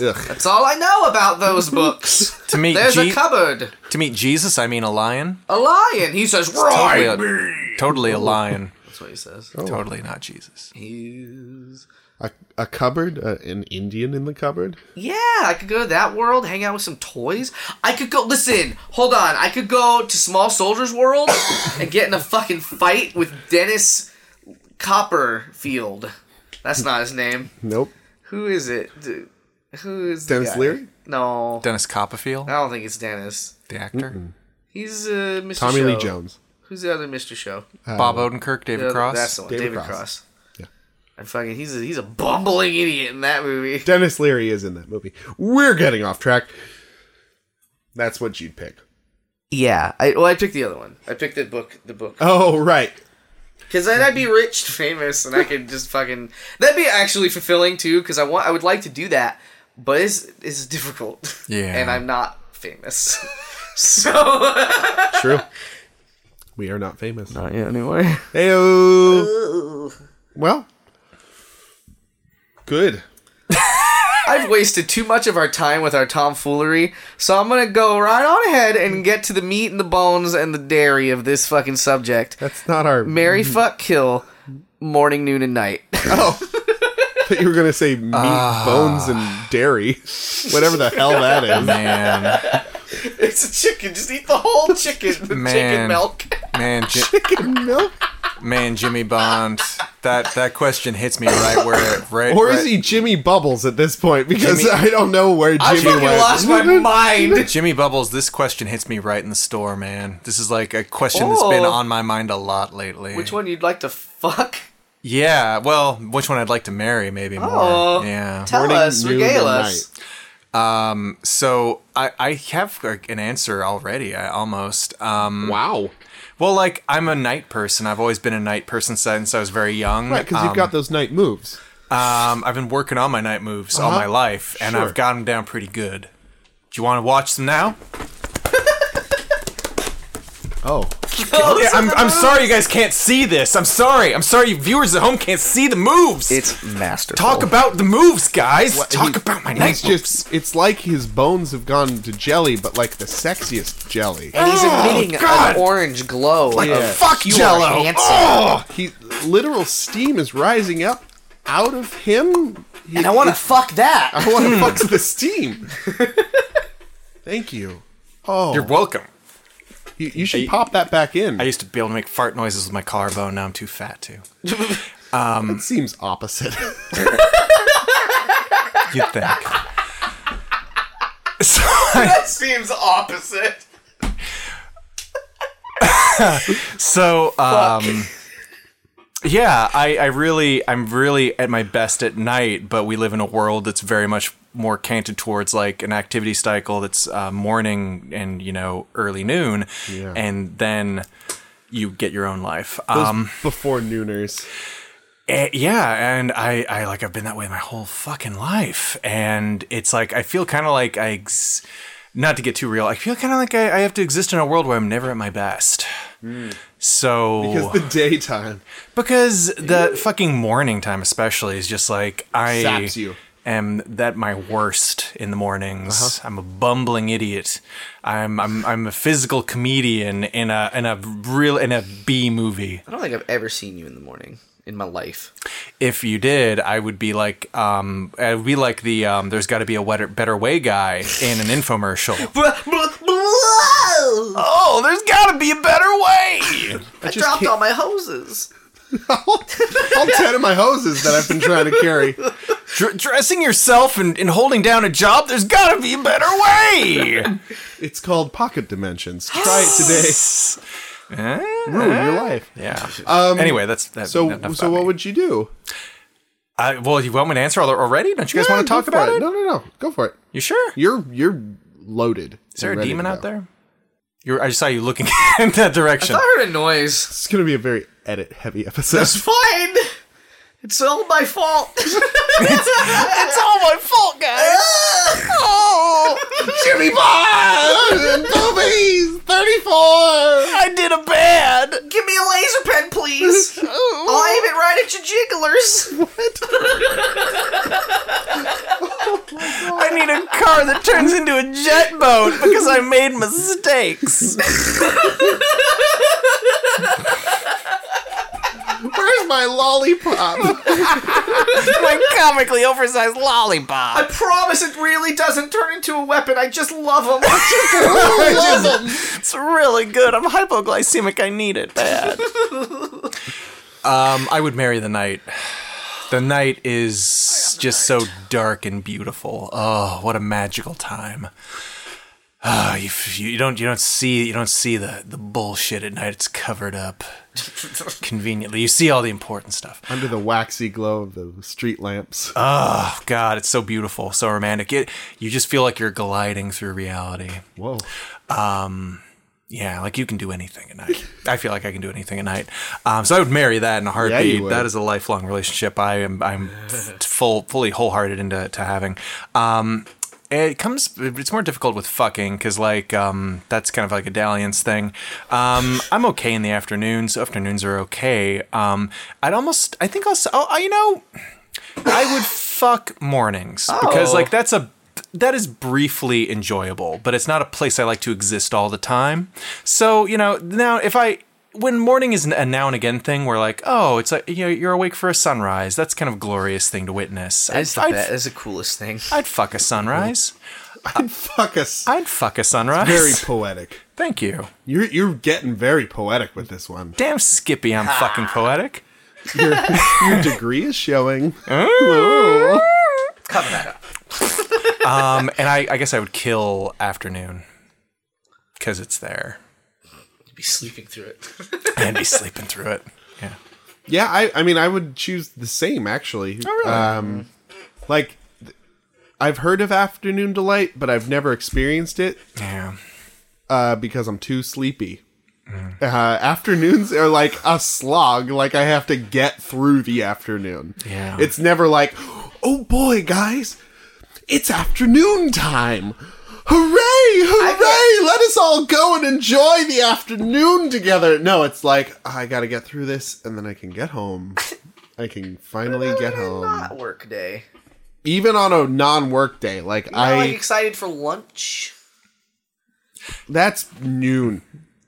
Ugh. That's all I know about those books. To meet, There's Je- a cupboard. to meet Jesus, I mean a lion. A lion. He says, Totally "Roy." a, totally a lion. That's what he says. Oh. Totally not Jesus. He's- A, a cupboard, uh, an Indian in the cupboard. Yeah, I could go to that world, hang out with some toys. I could go. Listen, hold on. I could go to Small Soldiers World and get in a fucking fight with Dennis Copperfield. That's not his name. Nope. Who is it? D- Who is the Dennis guy? Leary? No, Dennis Copperfield, I don't think it's Dennis. the actor. He's uh, Mr. Tommy Lee Show. Jones. Who's the other Mr. Show? Uh, Bob Odenkirk, David Yeah, Cross. That's the one. David David, Cross. Cross. Yeah. And fucking, he's a, he's a bumbling idiot in that movie. Dennis Leary is in that movie. We're getting off track. That's what you'd pick. Yeah. I well, I picked the other one. I picked the book, the book, Oh, right. because then I'd be rich, famous, and I could just fucking. That'd be actually fulfilling too, because I want, I would like to do that, but it's it's difficult. Yeah. And I'm not famous, so True. We are not famous. not yet anyway. Heyo. Well, good. I've wasted too much of our time with our tomfoolery, so I'm gonna go right on ahead and get to the meat and the bones and the dairy of this fucking subject. That's not our. Marry, fuck, kill, morning, noon, and night. Oh. I thought you were going to say meat, bones, and dairy. Whatever the hell that is. Man, it's a chicken. Just eat the whole chicken. The Man. man, Ji- Milk? man, Jimmy Bond. That that question hits me right where it right. Or is right- he Jimmy Bubbles at this point? Because Jimmy- I don't know where I Jimmy fucking went. lost my mind. Jimmy Bubbles? This question hits me right in the store, man. This is like a question that's been Oh. on my mind a lot lately. Which one you'd like to fuck? Yeah, well, which one I'd like to marry, maybe more. Oh. Yeah. Tell Morning, us, noon, regale and us. So I I have like, an answer already. I almost. Um, Wow. Well, like I'm a night person. I've always been a night person since I was very young. Right, because Um, you've got those night moves. Um, I've been working on my night moves all Uh-huh. my life, and Sure. I've got them down pretty good. Do you want to watch them now? Oh. Yeah, I'm, I'm sorry you guys can't see this. I'm sorry. I'm sorry you viewers at home can't see the moves. It's masterful. Talk about the moves, guys. Talk He- about my he's night moves. just it's like his bones have gone to jelly, but like the sexiest jelly. and he's emitting God. an orange glow. the of, Oh, fuck you are Jello. handsome. Oh! He literal steam is rising up out of him. He- and I want to fuck that. I Hmm. want to fuck the steam. Thank you. Oh, You're welcome. you, you should pop that back in. I used to be able to make fart noises with my collarbone. Now I'm too fat to. it seems opposite. You'd think. so I, seems opposite. so um, yeah, I, I really, I'm really at my best at night. But we live in a world that's very much more canted towards like an activity cycle that's uh, morning and you know early noon, Yeah. and then you get your own life. Those Um, before nooners. Eh, yeah, and I, I like I've been that way my whole fucking life, and it's like I feel kind of like I, ex- not to get too real, I feel kind of like I, I have to exist in a world where I'm never at my best. So Hmm. Because the daytime. because the fucking morning time especially is just like I Saps you. am that my worst in the mornings. Uh-huh. I'm a bumbling idiot. I'm I'm I'm a physical comedian in a in a real in a B movie. I don't think I've ever seen you in the morning in my life. if you did, I would be like, um, I would be like the um, there's got to be a wetter, better way guy in an infomercial. I oh, there's got to be a better way. I, just dropped can't- all my hoses. all ten of my hoses that I've been trying to carry. Dr- dressing yourself and, and holding down a job, there's got to be a better way. It's called Pocket Dimensions. Try it today. Eh? Ruin your life. yeah. Um, anyway, that's that. So, enough so about what me. would you do? I, well, you want me to answer al- already? Don't you guys Yeah, want to go talk for about it? No, no, no. Go for it. You sure? You're you're loaded. Is there a demon out there? You're, I saw you looking in that direction. I heard a noise. It's gonna be a very edit heavy episode. It's fine. It's all my fault. It's all my fault, guys. Jimmy Bond and Boobies thirty four. I did a bad. Give me a laser pen, please. I'll aim it right at your jigglers. I need a car that turns into a jet boat because I made mistakes. Where's my lollipop? My comically oversized lollipop. I promise it really doesn't turn into a weapon. I just love them. I love 'em. It's really good. I'm hypoglycemic. I need it bad. um, I would marry the night. The night is just so dark and beautiful. Oh, what a magical time. Ah, you, f- you don't you don't see you don't see the, the bullshit at night. It's covered up conveniently. You see all the important stuff. Under the waxy glow of the street lamps. Oh God, it's so beautiful, so romantic. It you just feel like you're gliding through reality. Whoa. Yeah, like you can do anything at night. I feel like I can do anything at night. Um, so I would marry that in a heartbeat. would. that is a lifelong relationship. I am I'm f- full fully wholehearted into to having. Um, it comes it's more difficult with fucking because like um, that's kind of like a dalliance thing um, i'm okay in the afternoons oh, afternoons are okay um, i'd almost i think i'll s- I'll- I, you know i would fuck mornings because like that's a that is briefly enjoyable, but it's not a place I like to exist all the time. So you know now if I when morning is a now and again thing, we're like, oh, it's like you know, you're awake for a sunrise. That's kind of a glorious thing to witness. That's the I'd, best. That's the coolest thing. I'd fuck a sunrise. I'd fuck us. I'd fuck a sunrise. Very poetic. Thank you. You're you're getting very poetic with this one. Damn Skippy, I'm fucking poetic. Your, your degree is showing. Ah. Cover that up. Um, and I, I guess I would kill afternoon because it's there You'd be sleeping through it. and be sleeping through it. Yeah. Yeah, I, I mean, I would choose the same actually. Um, like, th- I've heard of afternoon delight, but I've never experienced it Yeah. uh, because I'm too sleepy. Uh, afternoons are like a slog. Like I have to get through the afternoon. Yeah. it's never like, oh boy, guys, it's afternoon time. Hooray! Hooray! Let us all go and enjoy the afternoon together. No, it's like I gotta get through this, and then I can get home. I can finally get home, Not work day. even on a non-work day. Like Not like I, excited for lunch. that's noon.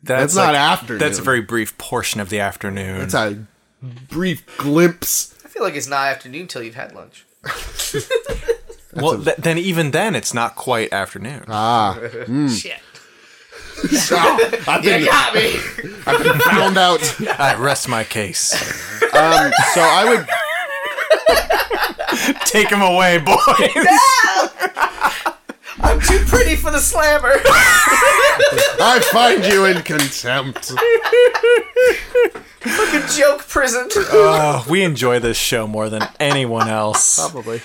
That's, not like- afternoon. That's a very brief portion of the afternoon. It's a brief glimpse. I feel like it's not afternoon till you've had lunch. well, th- then even then, it's not quite afternoon. mm. Shit. Ah, I've You been got me. found out. I rest my case. Um, so I would Take him away, boys. I'm too pretty for the slammer. I find you in contempt. Joke prison. oh, we enjoy this show more than anyone else. Probably.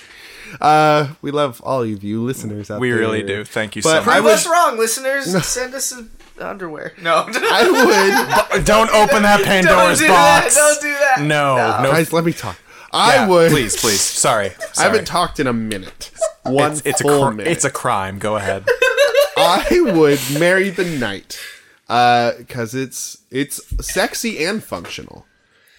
Uh, we love all of you listeners out We there. really do. Thank you But so I much. Prove would- us wrong, listeners. Send us some underwear. No. I would, Don't open that Pandora's do that, box. don't do that. No, no. guys. Let me talk. I Yeah, would. Please, please. Sorry. I Sorry. haven't talked in a minute. One it's, it's a full cr- minute. it's a crime. Go ahead. I would marry the night, uh, because it's it's sexy and functional.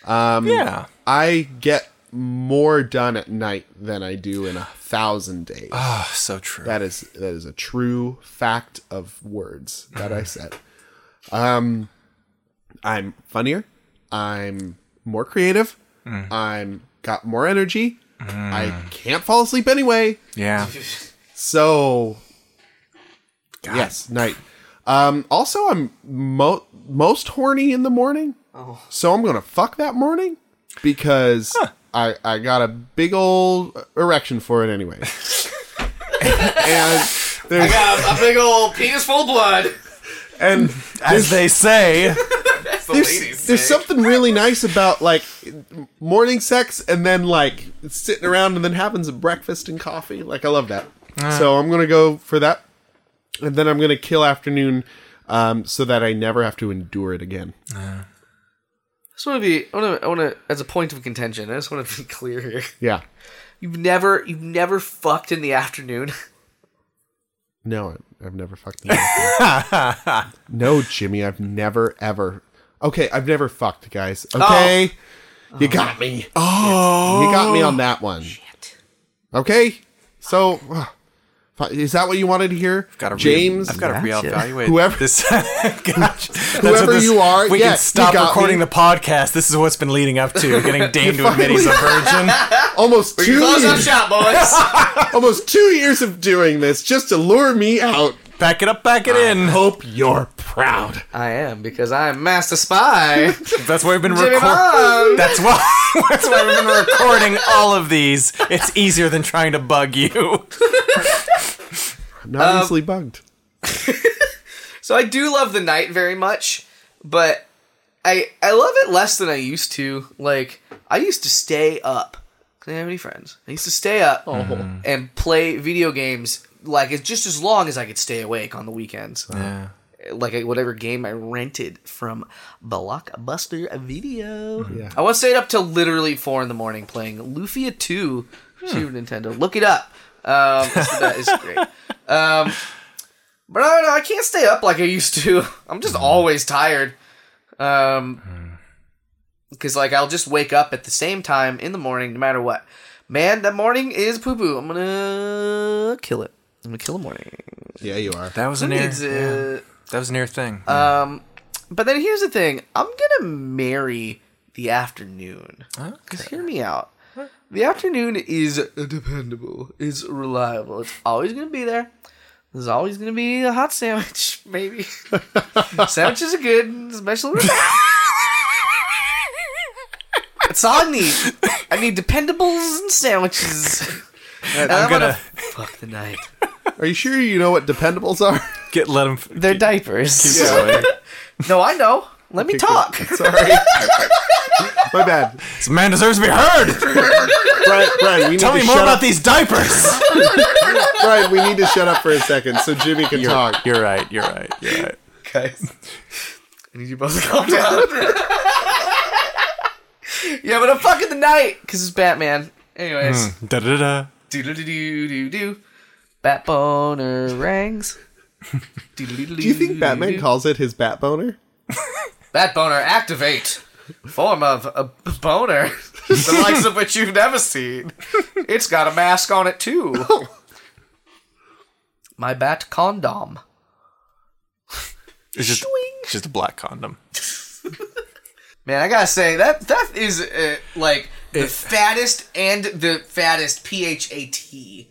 Um, yeah. I get more done at night than I do in a thousand days. Oh, so true. That is that is a true fact of words that I said. Um, I'm funnier. I'm more creative. I'm got more energy. I can't fall asleep anyway. yeah. So yes, night. Um, also, I'm mo- most horny in the morning. So I'm gonna fuck that morning because I I got a big old erection for it anyway. and there's Got a big old penis full of blood. and As they say, That's the there's, ladies. there's say. something really nice about like morning sex and then like sitting around and then having some breakfast and coffee. Like I love that. So I'm gonna go for that, and then I'm gonna kill afternoon, um, so that I never have to endure it again. I just want to be. I want to. I want to. As a point of contention, I just want to be clear here. Yeah. You've never. You've never fucked in the afternoon. No, I- I've never fucked. anyone. no, Jimmy, I've never ever. Okay, I've never fucked, guys. Okay, you got me. Oh, you got me on that one. Okay, so ugh. Fi- is that what you wanted to hear, I've gotta re- James? I've got to Gotcha. reevaluate Whoever- this. Gosh, Whoever you are, we yeah, can stop you got recording me. the podcast. This is what's been leading up to getting Dane to admit he's a virgin. almost two Close up years, shop, boys. almost two years of doing this just to lure me out. Back it up, back it in. Hope you're proud. I am because I'm master spy. That's why we've been Jimmy recording. Bond. That's why. That's why we've been recording all of these. It's easier than trying to bug you. I'm not easily bugged. So I do love the night very much, but I I love it less than I used to. Like I used to stay up. I didn't have any friends. I used to stay up and play video games like it's just as long as I could stay awake on the weekends. Uh, Yeah. Like whatever game I rented from Blockbuster Video. Yeah. I once stayed up till literally four in the morning playing Lufia Two for Super Nintendo. Look it up. Um, it's- that is great. Um, but I don't know. I can't stay up like I used to. I'm just always tired. Mm-hmm. Um, because like I'll just wake up at the same time in the morning, no matter what. Man, that morning is poo poo. I'm gonna kill it. I'm gonna kill the morning. Yeah, you are. That was Who an air. needs yeah. it? That was an air thing. Uh, Um, but then here's the thing: I'm gonna marry the afternoon. Because hear me out. The afternoon is dependable. It's reliable. It's always gonna be there. There's always gonna be a hot sandwich, maybe. Sandwiches are good, especially. That's all I need. I need dependables and sandwiches. And I'm, gonna, gonna- fuck the night. Uh, Are you sure you know what dependables are? Get let him. They're diapers. yeah. No, I know. Let me Okay, talk. good. Sorry. My bad. this man deserves to be heard. Brian, Brian, we need Tell to me more shut about up. these diapers. Brian, we need to shut up for a second so Jimmy can talk. you're right. You're right. You're right. guys. I need you both to calm down. yeah, but I'm fucking the night because it's Batman. Anyways, Da da da. do do do do do do. Bat boner rings. do Do you think Mm-hmm. Batman calls it his bat boner? Bat boner activate? Form of a b- boner, the likes of which you've never seen. It's got a mask on it too. My bat condom. It's just, just a black condom. Man, I gotta say that that is uh, like the fattest and the fattest P H A T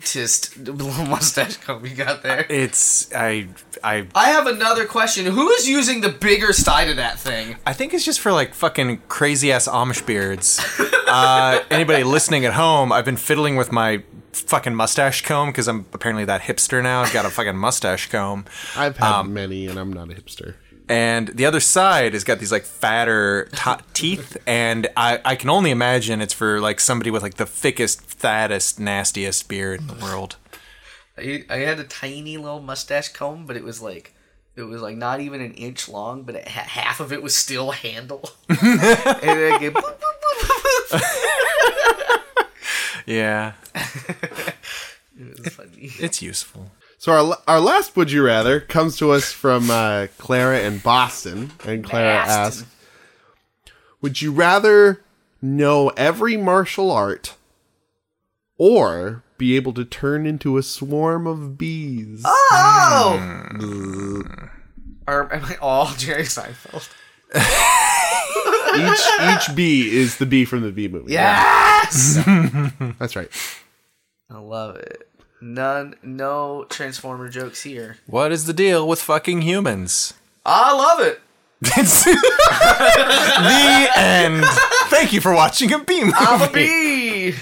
tist mustache comb you got there. It's I I I have another question. Who is using the bigger side of that thing? I think it's just for like fucking crazy ass Amish beards. Uh, anybody listening at home, I've been fiddling with my fucking mustache comb because I'm apparently that hipster now. I've got a fucking mustache comb. I've had Um, many, and I'm not a hipster. and the other side has got these like fatter to teeth and I, I can only imagine it's for like somebody with like the thickest fattest nastiest beard in the world I, I had a tiny little mustache comb, but it was like it was like not even an inch long, but it, ha- half of it was still a handle. and I get boop, boop, boop, boop, boop. yeah It was funny. it's useful So our our last would you rather comes to us from uh, Clara in Boston, and Clara Boston. asks, "Would you rather know every martial art, or be able to turn into a swarm of bees?" Oh! Or am I all Jerry Seinfeld? Each each bee is the bee from the bee movie. Yes! that's right. I love it. None, no Transformer jokes here. what is the deal with fucking humans I love it. It's- the end thank you for watching a beam I'm a bee.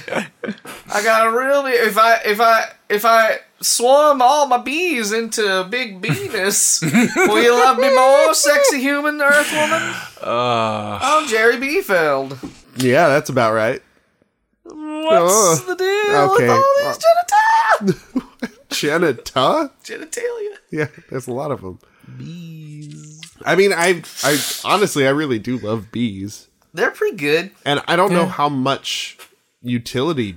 I got a real bee. If I, if I, if I swarm all my bees into a big Venus, will you love me more, sexy human Earth woman? Ah. I'm Jerry Beefeld. Yeah, that's about right. Oh, What's the deal okay. Uh. with all these genitalia? Genita? genitalia. Yeah, there's a lot of them. Bees. I mean, I I honestly I really do love bees. They're pretty good. And I don't know how much utility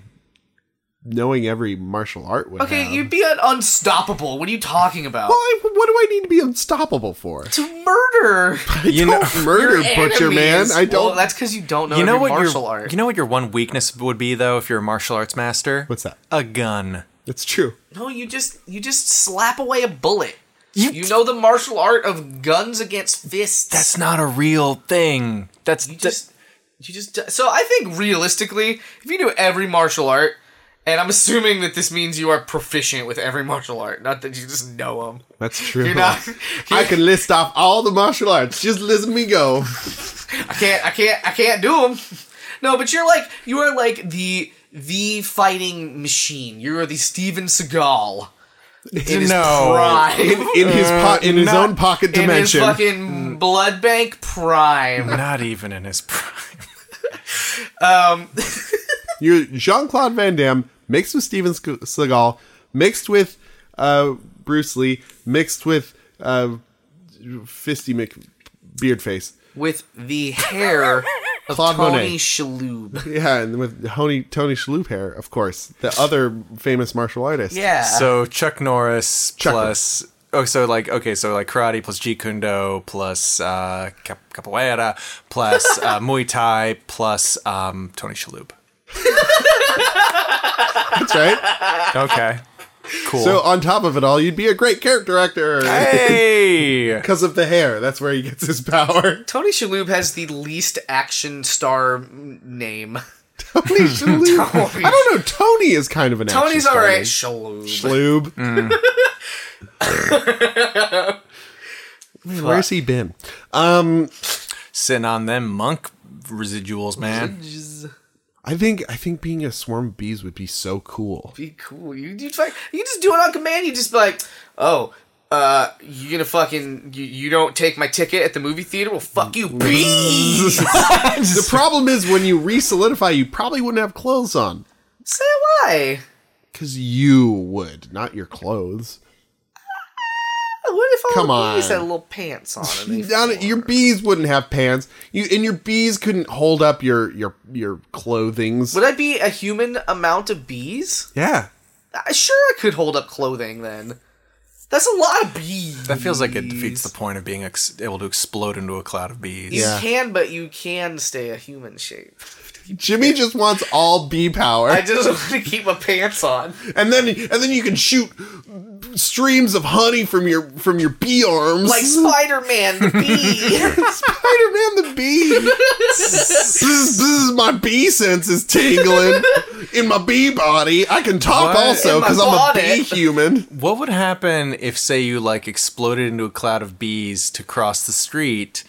knowing every martial art would Okay, have. you'd be an unstoppable. What are you talking about? Well, I, what do I need to be unstoppable for? to murder you know Murder butcher man. enemies. I don't. Well, that's because you don't know you know every what martial your art. you know what your one weakness would be though if you're a martial arts master What's that? a gun It's true. no, you just you just slap away a bullet. You- You know the martial art of guns against fists. that's not a real thing that's you just you just so I think realistically, if you do every martial art, and I'm assuming that this means you are proficient with every martial art, not that you just know them. That's true. You're not. I can list off all the martial arts. Just listen me go. I can't I can't I can't do them. No, but you're like you are like the the fighting machine. You are the Steven Seagal in his No. prime. In his po- in his not- own pocket Uh, In his dimension. Mm. fucking blood bank prime. not even in his prime You're Jean Claude Van Damme mixed with Steven Sc- Seagal, mixed with uh, Bruce Lee, mixed with uh, Fisty McBeardface. With the hair of Claude Tony Monet. Shalhoub. Yeah, and with Tony Tony Shalhoub hair, of course, the other famous martial artist. Yeah. So Chuck Norris plus oh, so like okay, so like karate plus Jeet Kune Do plus uh, cap- capoeira plus uh, Muay Thai plus um, Tony Shalhoub. That's right. Okay. Cool. So on top of it all, you'd be a great character actor hey. because of the hair. That's where he gets his power. Tony Shalhoub has the least action star m- name. Tony Shalhoub. I don't know. Tony is kind of an Tony's action all right. star. Shalhoub. Schloob. Man, Where's he been? Um, Sitting on them monk residuals, man. I think I think being a swarm of bees would be so cool. Be cool. You you try, you just do it on command. You just be like, oh, uh, you gonna fucking you, you don't take my ticket at the movie theater? Well, fuck you, bees. The problem is when you re-solidify, you probably wouldn't have clothes on Say why? because you would, not your clothes. What if all Come the bees on. had little pants on? And they Not, your bees wouldn't have pants. You and your bees couldn't hold up your your your clothings. Would I be a human amount of bees? Yeah, I, sure, I could hold up clothing then. That's a lot of bees. That feels like it defeats the point of being ex- able to explode into a cloud of bees. You Yeah. can, but you can stay a human shape. Jimmy just wants all bee power, I just want to keep my pants on. and then and then you can shoot streams of honey from your from your bee arms, Like Spider Man, the bee. Spider Man the bee. this, is- this is my bee senses tingling in my bee body. I can talk What? also In my because I'm a body. bee human. What would happen if, say, you like exploded into a cloud of bees to cross the street,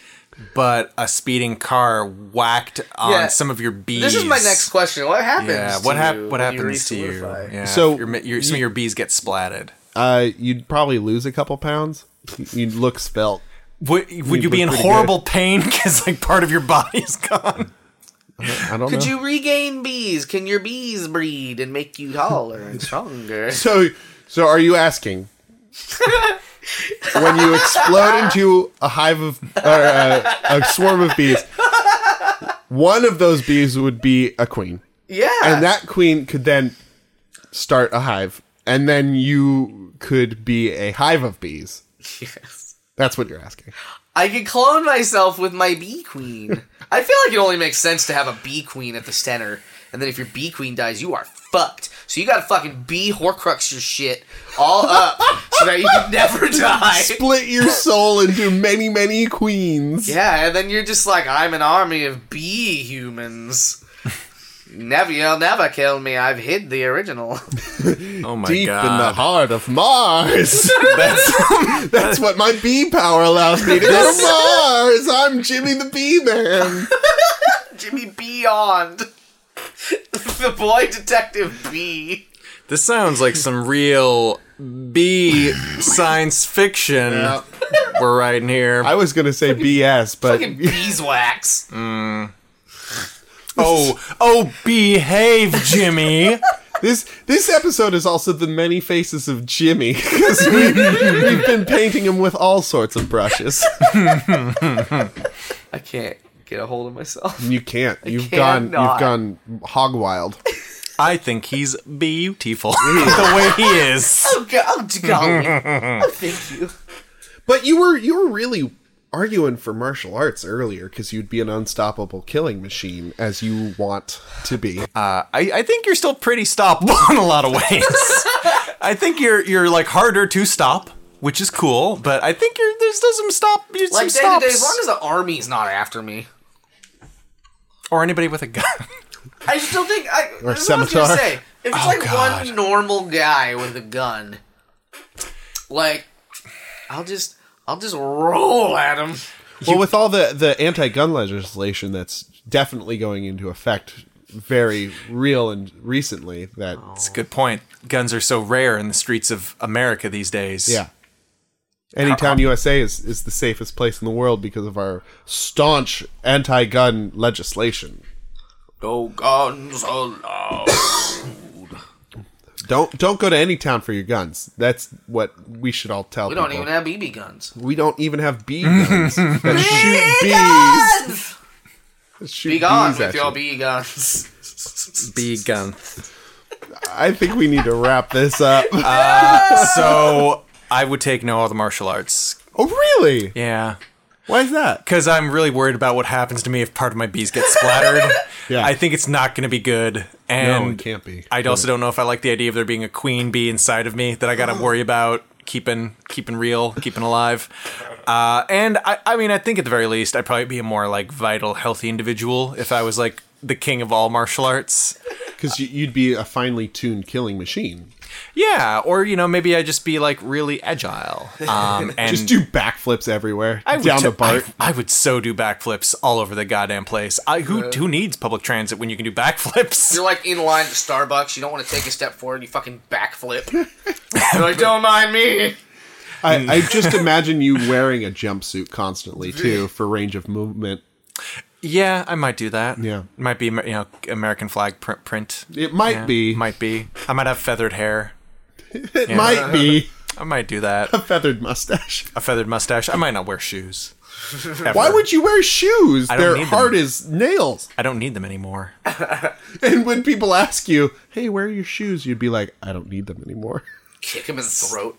but a speeding car whacked on Yeah. some of your bees? this is my next question. What happens? Yeah, to what hap- you What when you happens to you? re-solidify? Yeah, So- if your, your, some of your bees get splatted. Uh, you'd probably lose a couple pounds. You'd look spelt. Would, would you be in pretty horrible pain because like part of your body is gone? I don't Could know. you regain bees? Can your bees breed and make you taller and stronger? so, so are you asking? when you explode into a hive of or a, a swarm of bees, one of those bees would be a queen. Yeah. and that queen could then start a hive and then you could be a hive of bees yes. that's what you're asking I could clone myself with my bee queen. I feel like it only makes sense to have a bee queen at the center, and then if your bee queen dies, you are fucked. So you gotta fucking bee horcrux your shit all up so that you can never die. split your soul into many many queens Yeah, and then you're just like, I'm an army of bee humans. Never, you'll never kill me. I've hid the original. Oh my deep in the god! heart of mars that's what my bee power allows me to go to mars i'm jimmy the bee man Jimmy Beyond. the boy detective B. this sounds like some real B science fiction Yeah. we're writing here. i was gonna say bs but Fucking beeswax. oh, oh, behave, Jimmy. This this episode is also the many faces of Jimmy because we, we've been painting him with all sorts of brushes. I can't get a hold of myself. You can't. You've gone. cannot. You've gone hog wild. I think he's beautiful the way he is. Oh, God. Oh, golly. Oh, thank you. But you were you were really arguing for martial arts earlier because you'd be an unstoppable killing machine as you want to be. Uh, I, I think you're still pretty stoppable in a lot of ways. I think you're you're like harder to stop, which is cool. But I think you're there's still some stop there's Like, day some to stops day, as long as the army's not after me. or anybody with a gun. I still think. I, or this is what I was scimitar. gonna say. If it's Oh, like God. one normal guy with a gun, like, I'll just. I'll just roll at him. well, with all the the anti gun legislation that's definitely going into effect very real and recently that It's a good point. Guns are so rare in the streets of America these days. Yeah. Anytown USA is, is the safest place in the world because of our staunch anti gun legislation. No guns allowed. Don't don't go to any town for your guns. That's what we should all tell We don't people. even have BB guns. we don't even have bee guns that shoot bees. that shoot Be gone bees with at your you. bee guns. B gun. I think we need to wrap this up. Uh, So I would take no other martial arts. oh really? Yeah. Why is that? because I'm really worried about what happens to me if part of my bees get splattered. Yeah. I think it's not going to be good, and Oh, it can't be. I also don't know if I like the idea of there being a queen bee inside of me that I got to worry about keeping keeping real, keeping alive. Uh, and I, I mean, I think at the very least, I'd probably be a more like vital, healthy individual if I was like the king of all martial arts. Because you'd be a finely tuned killing machine. Yeah, or you know, maybe I'd just be like really agile. Um, and Just do backflips everywhere I would down t- the BART. I, I would so do backflips all over the goddamn place. I, who who needs public transit when you can do backflips? You're like in line at Starbucks. You don't want to take a step forward. You fucking backflip. You're like, don't mind me. I, I just imagine you wearing a jumpsuit constantly too for range of movement. Yeah, I might do that. Yeah. might be you know American flag print. print. It might Yeah, be. might be. I might have feathered hair. it might be I might do that. a feathered mustache. A feathered mustache. I might not wear shoes. Ever. Why would you wear shoes? don't They're need them. hard as nails. I don't need them anymore? And when people ask you, "Hey, where are your shoes?" you'd be like, "I don't need them anymore." Kick him in the throat.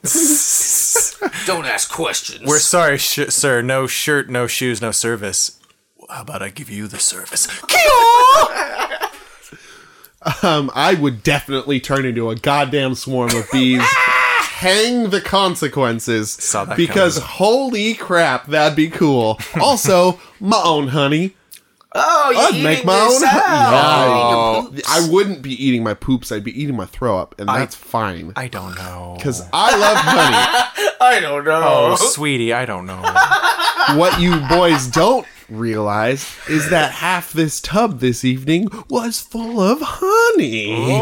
don't ask questions. We're sorry, sh- sir. No shirt, no shoes, no service. How about I give you the service? Um, I would definitely turn into a goddamn swarm of bees. Hang the consequences. Saw that because coming. holy crap, that'd be cool. also, my own honey. oh, you I'd make my own. Oh, honey. I wouldn't be eating my poops. I'd be eating my throw up, and that's fine. I don't know. Because I love honey. I don't know. Oh, sweetie, I don't know. what you boys don't realize is that half this tub this evening was full of honey.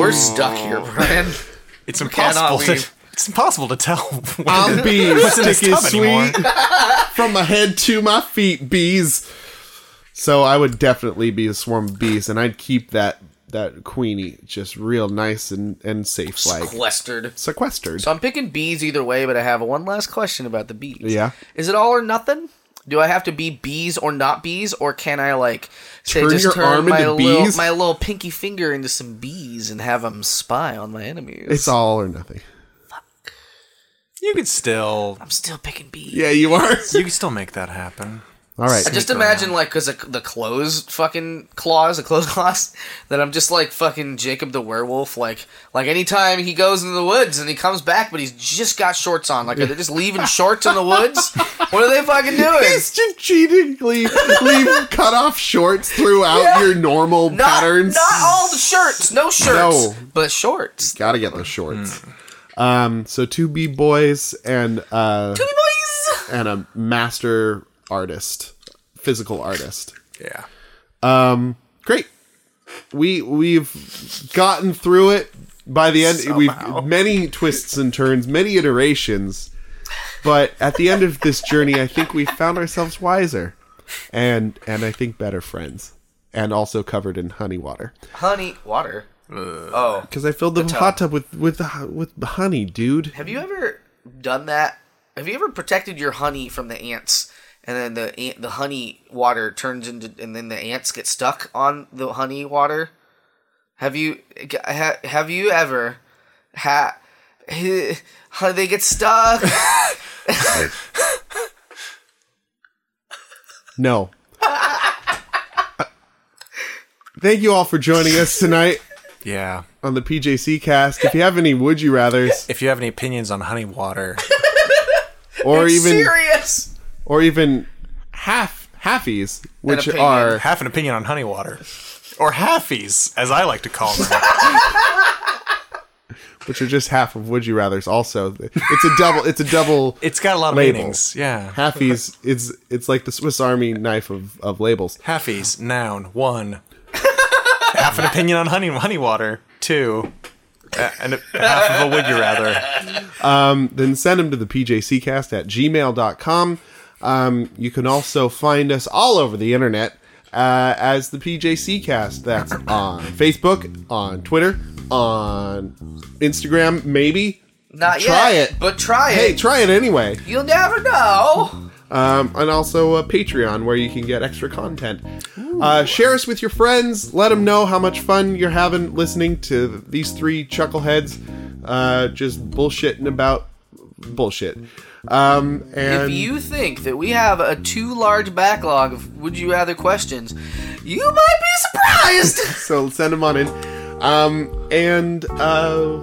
We're stuck here, Brian. It's cannot impossible. To, leave. it's impossible to tell. When, I'm bees, what's in this stick is tub anymore. sweet. From my head to my feet, bees. So I would definitely be a swarm of bees, and I'd keep that that queenie just real nice and, and safe, like Sequestered. sequestered. So I'm picking bees either way, but I have one last question about the bees. Yeah. Is it all or nothing? Do I have to be bees or not bees, or can I like say Turn just your turn arm my into little bees? my little pinky finger into some bees and have them spy on my enemies? It's all or nothing. You could still, I'm still picking bees. Yeah, you are. you could still make that happen. All right. I just imagine like because the clothes fucking claws, the clothes claws, that I'm just like fucking Jacob the werewolf. Like like anytime he goes into the woods and he comes back, but he's just got shorts on. Like are they just leaving shorts in the woods? What are they fucking doing? He's just cheatingly leave cut off shorts throughout Yeah. your normal not, patterns. Not all the shirts, no shirts, No. but shorts. Gotta get those shorts. Um, so two B boys and uh, Hey, boys! and a master artist, physical artist. Yeah. Great. We we've gotten through it by the end. We've many twists and turns, many iterations, but at the end of this journey, I think we found ourselves wiser, and and I think better friends, and also covered in honey water. Honey, water. Oh, Because I filled the, tub. hot tub with with with honey, dude. have you ever done that? Have you ever protected your honey from the ants, and then the ant, the honey water turns into, and then the ants get stuck on the honey water? Have you ha, have you ever ha, how they get stuck? No. Thank you all for joining us tonight Yeah. on the PJC cast. If you have any would you rather's If you have any opinions on honey water, or even serious. or even half halfies, which opinion. are half an opinion on honey water, or halfies, as I like to call them. which are just half of would you rather's also. It's a double it's a double It's got a lot of Label. meanings. Yeah. halfies it's it's like the Swiss Army knife of, of labels. Halfies, noun, one. half an opinion on honey honey water, two. Uh, and a- half of a would you rather. then send them to the pjccast at gmail.com. Um, you can also find us all over the internet uh, as the PJCcast. That's on Facebook, on Twitter, on Instagram, maybe. Not Try yet. it. but try Hey, it. try it anyway. You'll never know. Um, and also uh, Patreon, where you can get extra content. Uh, share us with your friends. Let them know how much fun you're having listening to these three chuckleheads uh, just bullshitting about bullshit. Um, and If you think that we have a too large backlog of would you rather questions, you might be surprised. so send them on in. Um, and uh,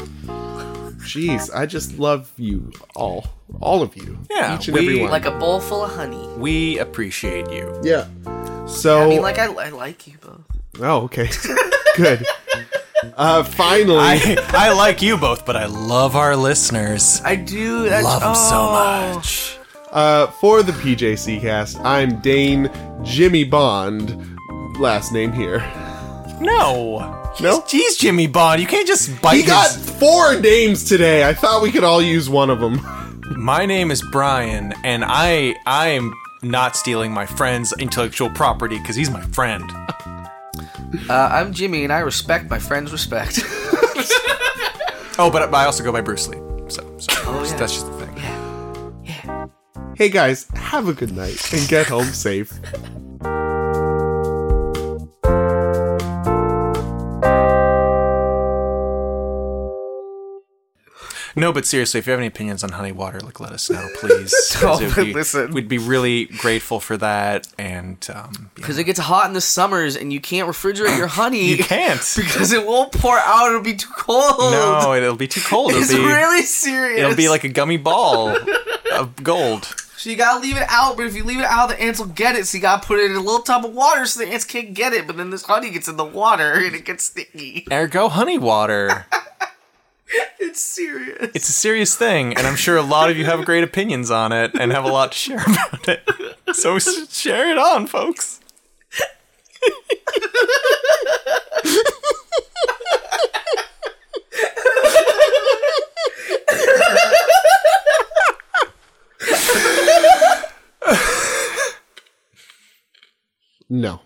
jeez, I just love you all, all of you, Yeah, each and we- every one. like a bowl full of honey. We appreciate you. yeah. So I mean, like I, I like you both. oh, okay, good. Uh, finally, I, I like you both, but I love our listeners. I do. That's, Love them oh. so much. uh, for the PJC cast, I'm Dane Jimmy Bond, last name here. No. No? Jeez, Jimmy Bond, you can't just bite He got his- four names today. I thought we could all use one of them. My name is Brian, and I I am not stealing my friend's intellectual property because he's my friend. Uh, I'm Jimmy, and I respect my friends' respect. Oh, but I also go by Bruce Lee. So, so yeah. that's just the thing. Hey guys, have a good night and get home safe. No, but seriously, if you have any opinions on honey water, like let us know, please. 'Cause it would be- listen. We'd be really grateful for that. And um, yeah. Because it gets hot in the summers, and you can't refrigerate your honey. you can't. Because it won't pour out. It'll be too cold. No, it'll be too cold. It'll It's be really serious. it'll be like a gummy ball of gold. So you gotta leave it out, but if you leave it out, the ants will get it. So you gotta put it in a little tub of water so the ants can't get it. But then this honey gets in the water and it gets sticky. Ergo honey water. It's serious. It's a serious thing, and I'm sure a lot of you have great opinions on it and have a lot to share about it. So s- share it on, folks. No.